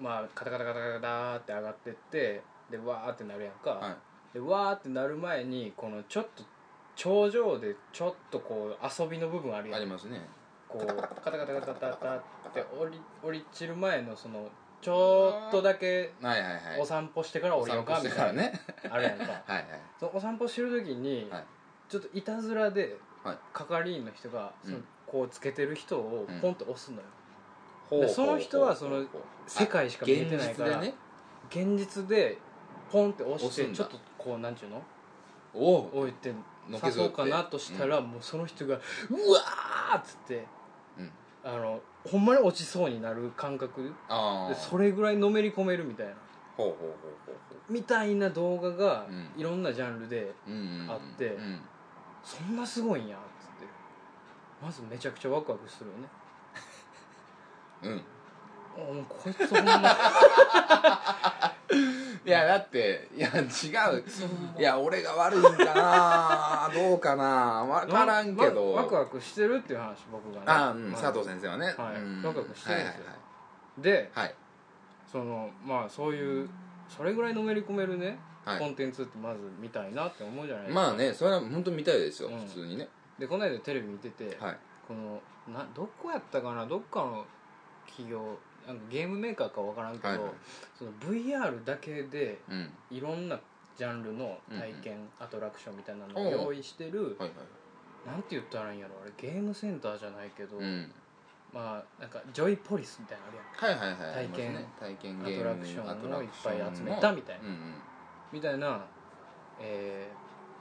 Speaker 2: うまあカタカタカタカタって上がってってでわーってなるやんか、
Speaker 1: はい
Speaker 2: でわーってなる前にこのちょっと頂上でちょっとこう遊びの部分あるや
Speaker 1: あ
Speaker 2: ん
Speaker 1: りますね
Speaker 2: こうカタカタカタカタって降り降り散る前のそのちょっとだけ
Speaker 1: はいはいはい
Speaker 2: お散歩してから降りようか
Speaker 1: お散歩
Speaker 2: み
Speaker 1: して
Speaker 2: た
Speaker 1: か
Speaker 2: い
Speaker 1: ら
Speaker 2: な、
Speaker 1: ね
Speaker 2: あるやんか
Speaker 1: はいはい
Speaker 2: そのお散歩してる時に、
Speaker 1: はい
Speaker 2: ちょっといたずらで、
Speaker 1: はい
Speaker 2: 係員の人がその、
Speaker 1: うん
Speaker 2: こうつけてる人を
Speaker 1: うん
Speaker 2: ポンと押すのよ、
Speaker 1: ほうほうほうほう
Speaker 2: その人はその世界しか見えてないから
Speaker 1: 現実でね
Speaker 2: 現実でポンって押して
Speaker 1: 押すんだ
Speaker 2: ちょっとこうなんちゅうの
Speaker 1: おお
Speaker 2: 置いて
Speaker 1: のけ
Speaker 2: 刺
Speaker 1: ぞ
Speaker 2: そ
Speaker 1: っ
Speaker 2: う
Speaker 1: て
Speaker 2: かなとしたら、もうその人が「うわー!」っつって
Speaker 1: うん
Speaker 2: あのほんまに落ちそうになる感覚
Speaker 1: ああ
Speaker 2: でそれぐらいのめり込めるみたいな
Speaker 1: ほうほうほうほうほ
Speaker 2: みたいな動画が、
Speaker 1: うん
Speaker 2: いろんなジャンルで
Speaker 1: ううんうん
Speaker 2: あって
Speaker 1: うん
Speaker 2: そんなすごいんやっつってまずめちゃくちゃワクワクするよね
Speaker 1: うん
Speaker 2: あもうこいつほんま
Speaker 1: いやだっていや違ういや俺が悪いんか などうかな分からんけど、
Speaker 2: ワクワクしてるっていう話僕がね
Speaker 1: あうん、
Speaker 2: はい
Speaker 1: 佐藤先生はね、
Speaker 2: はい
Speaker 1: うん
Speaker 2: ワクワクしてるんですよ
Speaker 1: はい
Speaker 2: で
Speaker 1: はい
Speaker 2: そのまあそういうそれぐらいのめり込めるね、
Speaker 1: はい
Speaker 2: コ
Speaker 1: はい
Speaker 2: ンテンツってまず見たいなって思うじゃないですか、
Speaker 1: まあねそれは本当見たいですよ、
Speaker 2: うん
Speaker 1: 普通にね
Speaker 2: でこの間テレビ見てて、
Speaker 1: はい
Speaker 2: このなどこやったかなどっかの企業なんかゲームメーカーかわからんけど、
Speaker 1: はいはい
Speaker 2: その VR だけで
Speaker 1: うん
Speaker 2: いろんなジャンルの体験、アトラクションみたいなのを用意してる、
Speaker 1: はいはい
Speaker 2: なんて言ったらいいんやろあれゲームセンターじゃないけど、
Speaker 1: うん
Speaker 2: まあなんかジョイポリスみたいなのあるやん
Speaker 1: はいはいはい
Speaker 2: 体
Speaker 1: あり
Speaker 2: 験
Speaker 1: ますね体験ゲーム
Speaker 2: アトラクションを
Speaker 1: アトラクションの
Speaker 2: いっぱい集めたみたいな
Speaker 1: うん
Speaker 2: みたいな、え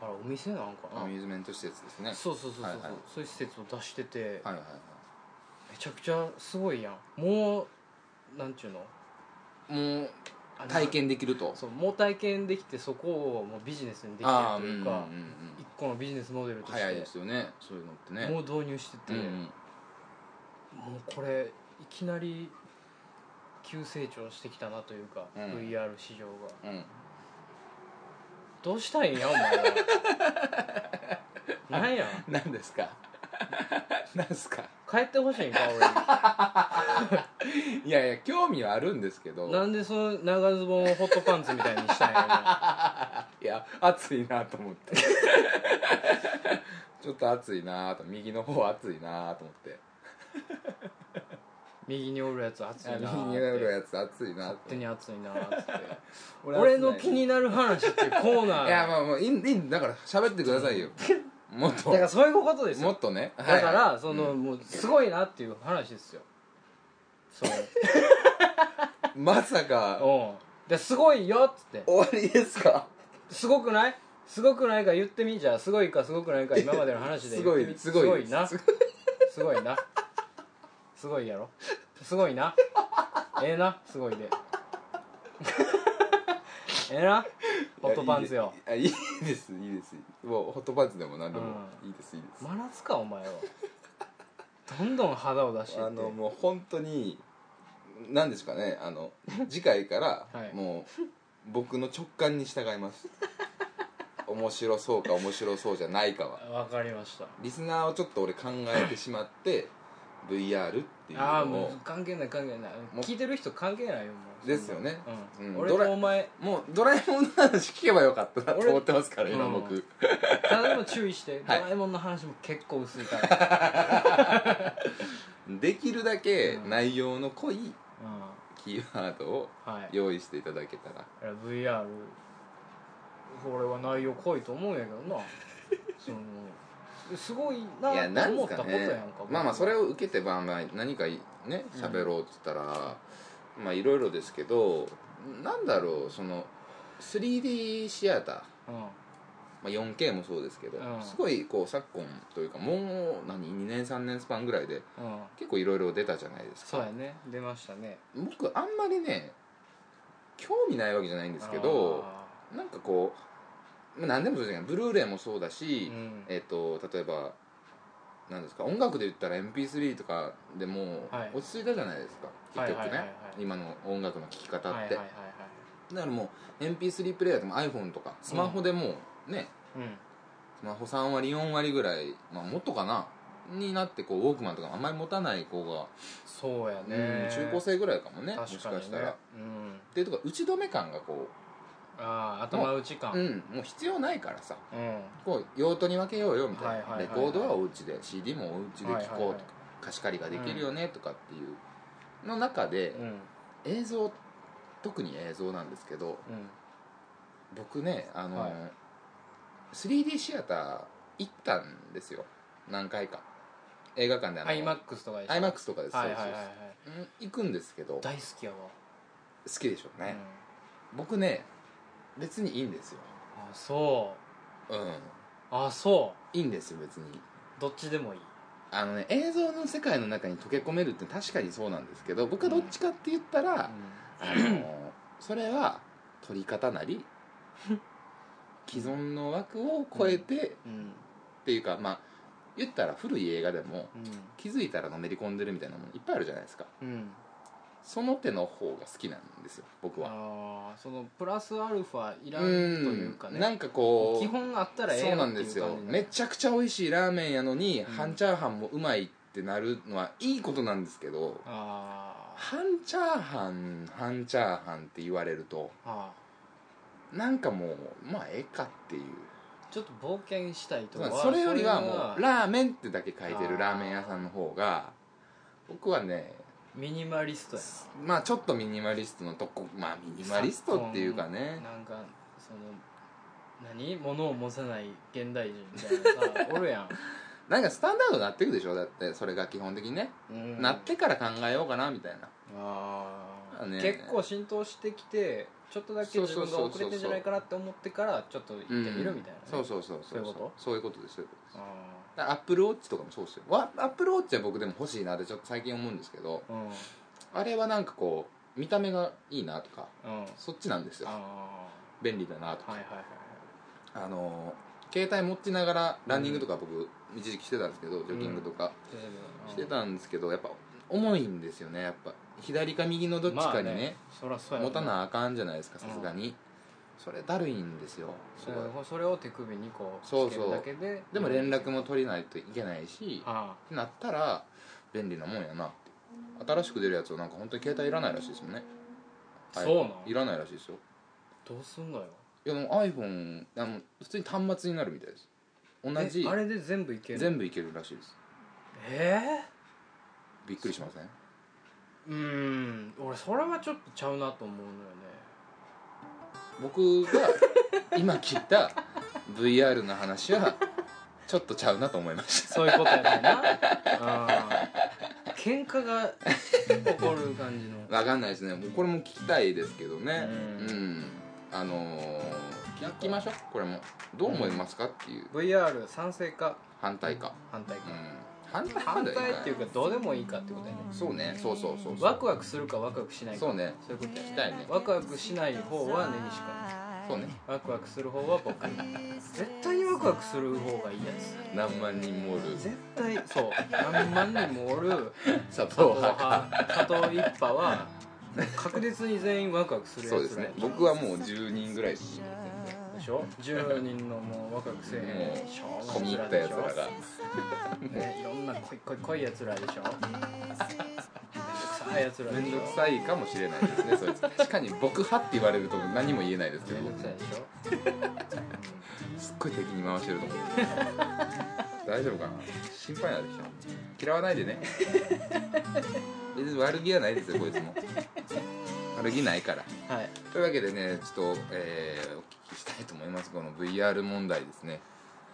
Speaker 2: ー、あらお店なんか
Speaker 1: うん、ア
Speaker 2: な
Speaker 1: ミューズメント施設ですね
Speaker 2: そうそうそうそう、
Speaker 1: はい
Speaker 2: そう
Speaker 1: はい
Speaker 2: そういう施設を出してて、
Speaker 1: はいはいは
Speaker 2: めちゃくちゃすごいやんもうなんちゅうの
Speaker 1: いもう
Speaker 2: あの
Speaker 1: 体験できると
Speaker 2: そうもう体験できてそこをもうビジネスにできる
Speaker 1: ああ
Speaker 2: と
Speaker 1: うんう
Speaker 2: い
Speaker 1: んう
Speaker 2: う
Speaker 1: んう
Speaker 2: か、
Speaker 1: ん
Speaker 2: 一個のビジネスモデルとして
Speaker 1: 早いですよねそういうのってね
Speaker 2: もう導入してて、
Speaker 1: うんうん
Speaker 2: もうこれいきなり急成長してきたなというか、
Speaker 1: うん
Speaker 2: VR 市場が
Speaker 1: うん
Speaker 2: どうしたいんやお前 はなんや
Speaker 1: 何ですか 何ですか
Speaker 2: 帰ってほしいんか
Speaker 1: いやいや興味はあるんですけど
Speaker 2: 俺なんでその長ズボンをホットパンツみたいにしたんや
Speaker 1: いや暑いなと思って ちょっと暑いなと右の方暑いなと思って
Speaker 2: 俺右におるやつ熱いなーって
Speaker 1: 右に やるやつ暑いなと
Speaker 2: 勝手
Speaker 1: 思って
Speaker 2: に熱いなーっつって俺の気
Speaker 1: い
Speaker 2: になる話っていうコーナー
Speaker 1: やまあまあいいいいんだから喋ってくださ いよもっと
Speaker 2: だからそういうことです
Speaker 1: も
Speaker 2: よ
Speaker 1: っとね
Speaker 2: だか
Speaker 1: はい
Speaker 2: らその、もうすごいなっていう話ですよそう
Speaker 1: まさか
Speaker 2: うんですごいよっつって
Speaker 1: 終わりですか
Speaker 2: すごくないすごくないか言ってみじゃあすごいかすごくないか今までの話です言っ
Speaker 1: ご
Speaker 2: てみ
Speaker 1: いすごい
Speaker 2: すごいな
Speaker 1: す
Speaker 2: すごいなすごいやろすごいなええなすごいでええなホットパンツよ
Speaker 1: いやいいですいいですいいですもうホットパンツでも何でもいいですいいです
Speaker 2: 真夏かお前はどんどん肌を出していって
Speaker 1: あのもう本当に何ですかねあの次回から
Speaker 2: はい
Speaker 1: もう僕の直感に従います面白そうか面白そうじゃないかは
Speaker 2: わかりました
Speaker 1: リスナーをちょっと俺考えてしまって VR っていう
Speaker 2: ああ
Speaker 1: の
Speaker 2: も
Speaker 1: を
Speaker 2: う関係ない関係ない
Speaker 1: もう
Speaker 2: 聞いてる人関係ないよもう
Speaker 1: ですよね
Speaker 2: うん
Speaker 1: うん
Speaker 2: 俺
Speaker 1: ドラ
Speaker 2: とお前
Speaker 1: もうドラえもんの話聞けばよかったなと
Speaker 2: 俺
Speaker 1: 思ってますから今
Speaker 2: うん
Speaker 1: 僕
Speaker 2: ただでも注意して、
Speaker 1: はい
Speaker 2: ドラえもんの話も結構薄い から、
Speaker 1: できるだけ
Speaker 2: うん
Speaker 1: 内容の濃い
Speaker 2: うん、
Speaker 1: キーワードを
Speaker 2: はい
Speaker 1: 用意していただけたら
Speaker 2: いや VR これは内容濃いと思うんやけ どなそのすごい
Speaker 1: いやな
Speaker 2: なと
Speaker 1: ん
Speaker 2: 思
Speaker 1: す
Speaker 2: った
Speaker 1: か
Speaker 2: ことやん
Speaker 1: ね
Speaker 2: か
Speaker 1: まあまあそれを受けてばまあ何かいね
Speaker 2: うん
Speaker 1: 喋ろうって言ったら、まあいろいろですけどなんだろうその 3D シアター、
Speaker 2: う
Speaker 1: まあ、4K もそうですけど、
Speaker 2: うん
Speaker 1: すごいこう昨今というかもう何2年3年スパンぐらいで
Speaker 2: んうん
Speaker 1: 結構いろいろ出たじゃないです
Speaker 2: そう
Speaker 1: か
Speaker 2: やね出ましたね
Speaker 1: 僕あんまりね興味ないわけじゃないんですけど
Speaker 2: あ
Speaker 1: なんかこうまあ何でもそうですけどブルーレイもそうだし、
Speaker 2: ーうん
Speaker 1: えっと例えばなんですか音楽で言ったら MP3 とかでも
Speaker 2: はい
Speaker 1: 落ち着いたじゃないですか、
Speaker 2: はい
Speaker 1: 結
Speaker 2: はい
Speaker 1: 局
Speaker 2: はいは
Speaker 1: ね
Speaker 2: い
Speaker 1: 今の音楽の聴き方って、
Speaker 2: はいはいはいはい
Speaker 1: だからもう MP3 プレイヤーでも iPhone とかスマホでもうね、
Speaker 2: うん
Speaker 1: スマホ3割4割ぐらい、まあ、もっとかなになってこうウォークマンとかあんまり持たない子が、
Speaker 2: そうや
Speaker 1: うん
Speaker 2: ね
Speaker 1: 中高生ぐらいかもねもし
Speaker 2: 確かにね
Speaker 1: かしたら。っ
Speaker 2: うん
Speaker 1: ていうとか打ち止め感がこ
Speaker 2: ああ頭打ち感
Speaker 1: う、
Speaker 2: う、
Speaker 1: うんん、もう必要ないからさこう用途に分けようよみたいな、
Speaker 2: はいはいはいはい
Speaker 1: レコードはお家で CD もお家で聴こうとか、
Speaker 2: はいはいはい
Speaker 1: 貸し借りができるよねとかっていうの中で
Speaker 2: う、ん
Speaker 1: 映像特に映像なんですけど
Speaker 2: うん
Speaker 1: 僕ねあの、
Speaker 2: はい
Speaker 1: 3D シアター行ったんですよ何回か映画館であの
Speaker 2: iMAX とかでしょ
Speaker 1: IMAX とかです、
Speaker 2: はいはいはい
Speaker 1: そうですそうで
Speaker 2: はい
Speaker 1: すうん行くんですけど好
Speaker 2: 大好きやわ、
Speaker 1: きでしょう
Speaker 2: うん、
Speaker 1: ね、僕ね別にいいんですよ
Speaker 2: あそう
Speaker 1: うん
Speaker 2: あそ
Speaker 1: いいんですよ別に
Speaker 2: うどっちでもいい
Speaker 1: あのね映像の世界の中に溶け込めるって確かにそうなんですけど僕はどっちかって言ったら、あのそれは撮り方なり既存の枠を超えて、っ
Speaker 2: うんうん
Speaker 1: ていうかまあ言ったら古い映画でも
Speaker 2: う
Speaker 1: 気づいたらのめり込んでるみたいなものいっぱいあるじゃないですか
Speaker 2: んうん
Speaker 1: その手の方が好きなんですよ僕は
Speaker 2: あーそのプラスアルファいらんというか
Speaker 1: な
Speaker 2: ね
Speaker 1: んかこう
Speaker 2: 基本あったらええ
Speaker 1: そう
Speaker 2: よ
Speaker 1: な
Speaker 2: っ
Speaker 1: ん
Speaker 2: てい
Speaker 1: です
Speaker 2: う
Speaker 1: よ
Speaker 2: 感じ
Speaker 1: めちゃくちゃ美味しいラーメンやのに、
Speaker 2: うん
Speaker 1: 半チャーハンもうまいってなるのはいいことなんですけど
Speaker 2: あー
Speaker 1: 半チャーハン半チャーハンって言われると
Speaker 2: あ
Speaker 1: なんかもうまあええかっていう
Speaker 2: ーちょっと冒険したいと
Speaker 1: つ
Speaker 2: か
Speaker 1: まり
Speaker 2: は
Speaker 1: それよりはもう
Speaker 2: それは
Speaker 1: ラーメンってだけ書いてる
Speaker 2: あー
Speaker 1: ラーメン屋さんの方が僕はね
Speaker 2: ミニマリストや
Speaker 1: まあちょっとミニマリストのとこまあミニマリストっていうかね
Speaker 2: なんかその何物を持さない現代人みたいなさおるやん、
Speaker 1: なんかスタンダードになってくでしょだってそれが基本的にね、
Speaker 2: うん
Speaker 1: なってから考えようかなみたいな
Speaker 2: あー
Speaker 1: ね
Speaker 2: 結構浸透してきてちょっとだけ自分が遅れてんじゃないかなって思ってからちょっと行ってみるみたいなね、
Speaker 1: そうそうそう
Speaker 2: そういうこと
Speaker 1: そういうことですそういうことです
Speaker 2: あ
Speaker 1: だからアップルウォッチとかもそうですよわアップルウォッチは僕でも欲しいなってちょっと最近思うんですけど
Speaker 2: ーうん
Speaker 1: あれはなんかこう見た目がいいなとか
Speaker 2: うん
Speaker 1: そっちなんですよ
Speaker 2: あ
Speaker 1: 便利だなと
Speaker 2: あ
Speaker 1: か、
Speaker 2: はいはいはい
Speaker 1: あのー携帯持ちながらランニングとか僕、一時期してたんですけどジョギングとか、してたんですけどやっぱ重いんですよねやっぱ左か右のどっちかにね,、
Speaker 2: そらそうや
Speaker 1: 持た
Speaker 2: い
Speaker 1: なあかんじゃないですかさすがに、それだるいんですよす
Speaker 2: そ
Speaker 1: ごい
Speaker 2: れをそれを手首にこうつけるだけで
Speaker 1: でも連絡も取りないといけないし、
Speaker 2: あ
Speaker 1: ってなったら便利なもんやなって新しく出るやつはなんか本当に携帯いらないらしいですもんね
Speaker 2: あそうなの
Speaker 1: いらないらしいですよ
Speaker 2: どうすんのよ
Speaker 1: いやでも iPhone あの普通に端末になるみたいです同じ
Speaker 2: えあれで全部いける
Speaker 1: 全部いけるらしいです
Speaker 2: え
Speaker 1: びっくりしません
Speaker 2: えうーん俺それはちょっとちゃうなと思うのよ ね
Speaker 1: 僕 が今聞いた VR の話はちょっとちゃうなと思いまし
Speaker 2: そういうことやからなあー喧嘩が起こる感じの
Speaker 1: た分かんないですねもうこれも聞きたいですけどね
Speaker 2: う
Speaker 1: うんん、あのー聞きましょうこれもどう思いますかっていう
Speaker 2: VR 賛成か
Speaker 1: 反対か、
Speaker 2: 反対か
Speaker 1: うん、反対
Speaker 2: 反対っていう
Speaker 1: か
Speaker 2: かどうでもいいかってことやね
Speaker 1: そうねそうそうそうそ
Speaker 2: ワ
Speaker 1: う
Speaker 2: クワクするかワクワクしないか
Speaker 1: そうね
Speaker 2: そういうことや
Speaker 1: 聞
Speaker 2: ね
Speaker 1: きたいね
Speaker 2: ワクワクしない方は根岸君
Speaker 1: そうね
Speaker 2: ワクワクする方は僕絶対にワクワクする方がいいやつ
Speaker 1: 何万人もおる
Speaker 2: 絶対そう何万人もおる
Speaker 1: 佐
Speaker 2: 加藤派加藤一派は確実に全員ワクワクするやつ
Speaker 1: そうですね僕はもう10人ぐらいに
Speaker 2: でしょ10人のもうワクワクせえへ
Speaker 1: もう
Speaker 2: んしょう
Speaker 1: 込み入ったやつら
Speaker 2: が
Speaker 1: が
Speaker 2: ねいろんなこいこいこいやつらでしょめんどくさいやつらでしょ
Speaker 1: 面倒くさいかもしれないですね そいつ確かに僕派って言われると何も言えないですけど
Speaker 2: めんどくさいでしょ
Speaker 1: すっごい敵に回してると思う 大丈夫かな心配になってきた嫌わないで ね別に悪気はないですよこいつも悪気ないから
Speaker 2: はい
Speaker 1: というわけでねちょっと、えーお聞きしたいと思いますこの VR 問題ですね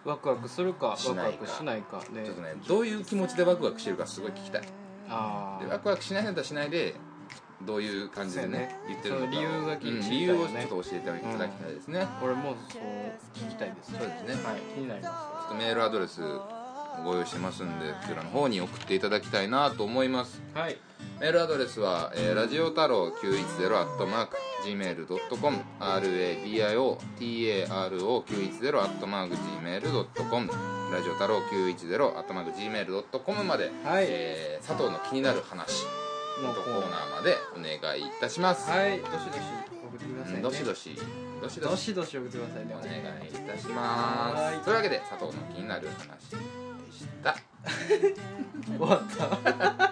Speaker 2: ワクワクするかワ
Speaker 1: し
Speaker 2: ク
Speaker 1: ないか
Speaker 2: ワクしないかね
Speaker 1: ちょっとねどういう気持ちでワクワクしてるかすごい聞きたい
Speaker 2: あ
Speaker 1: で
Speaker 2: あ
Speaker 1: ワクワクしないんだったらしないでどういう感じでね
Speaker 2: そうね
Speaker 1: 言ってるのか
Speaker 2: その理由が気に
Speaker 1: うん
Speaker 2: 知
Speaker 1: 理
Speaker 2: り
Speaker 1: 由
Speaker 2: たいよ
Speaker 1: を
Speaker 2: ね
Speaker 1: ちょっと教えていただきたいですね、
Speaker 2: これもうそう聞きたいです
Speaker 1: そうですね
Speaker 2: はい気になり
Speaker 1: ちょ
Speaker 2: ま
Speaker 1: っとメールアドレスご用意してますんでこちらの方に送っていただきたいなと思います
Speaker 2: すはい
Speaker 1: メールアドレスは、えー、ラジオ太郎910 gmail.com radiotaro910 gmail.com ラジオ太郎910 gmail.com まで、
Speaker 2: はい
Speaker 1: えー佐藤の気になる話
Speaker 2: も
Speaker 1: のコ
Speaker 2: うこ
Speaker 1: ーナーまでお願いいたします、
Speaker 2: はいどしどし送ってくださいね
Speaker 1: どしどしどしど
Speaker 2: ど
Speaker 1: し
Speaker 2: しどし送ってくださいね
Speaker 1: お願いいたします、
Speaker 2: はい
Speaker 1: というわけで佐藤の気になる話でした
Speaker 2: 終わった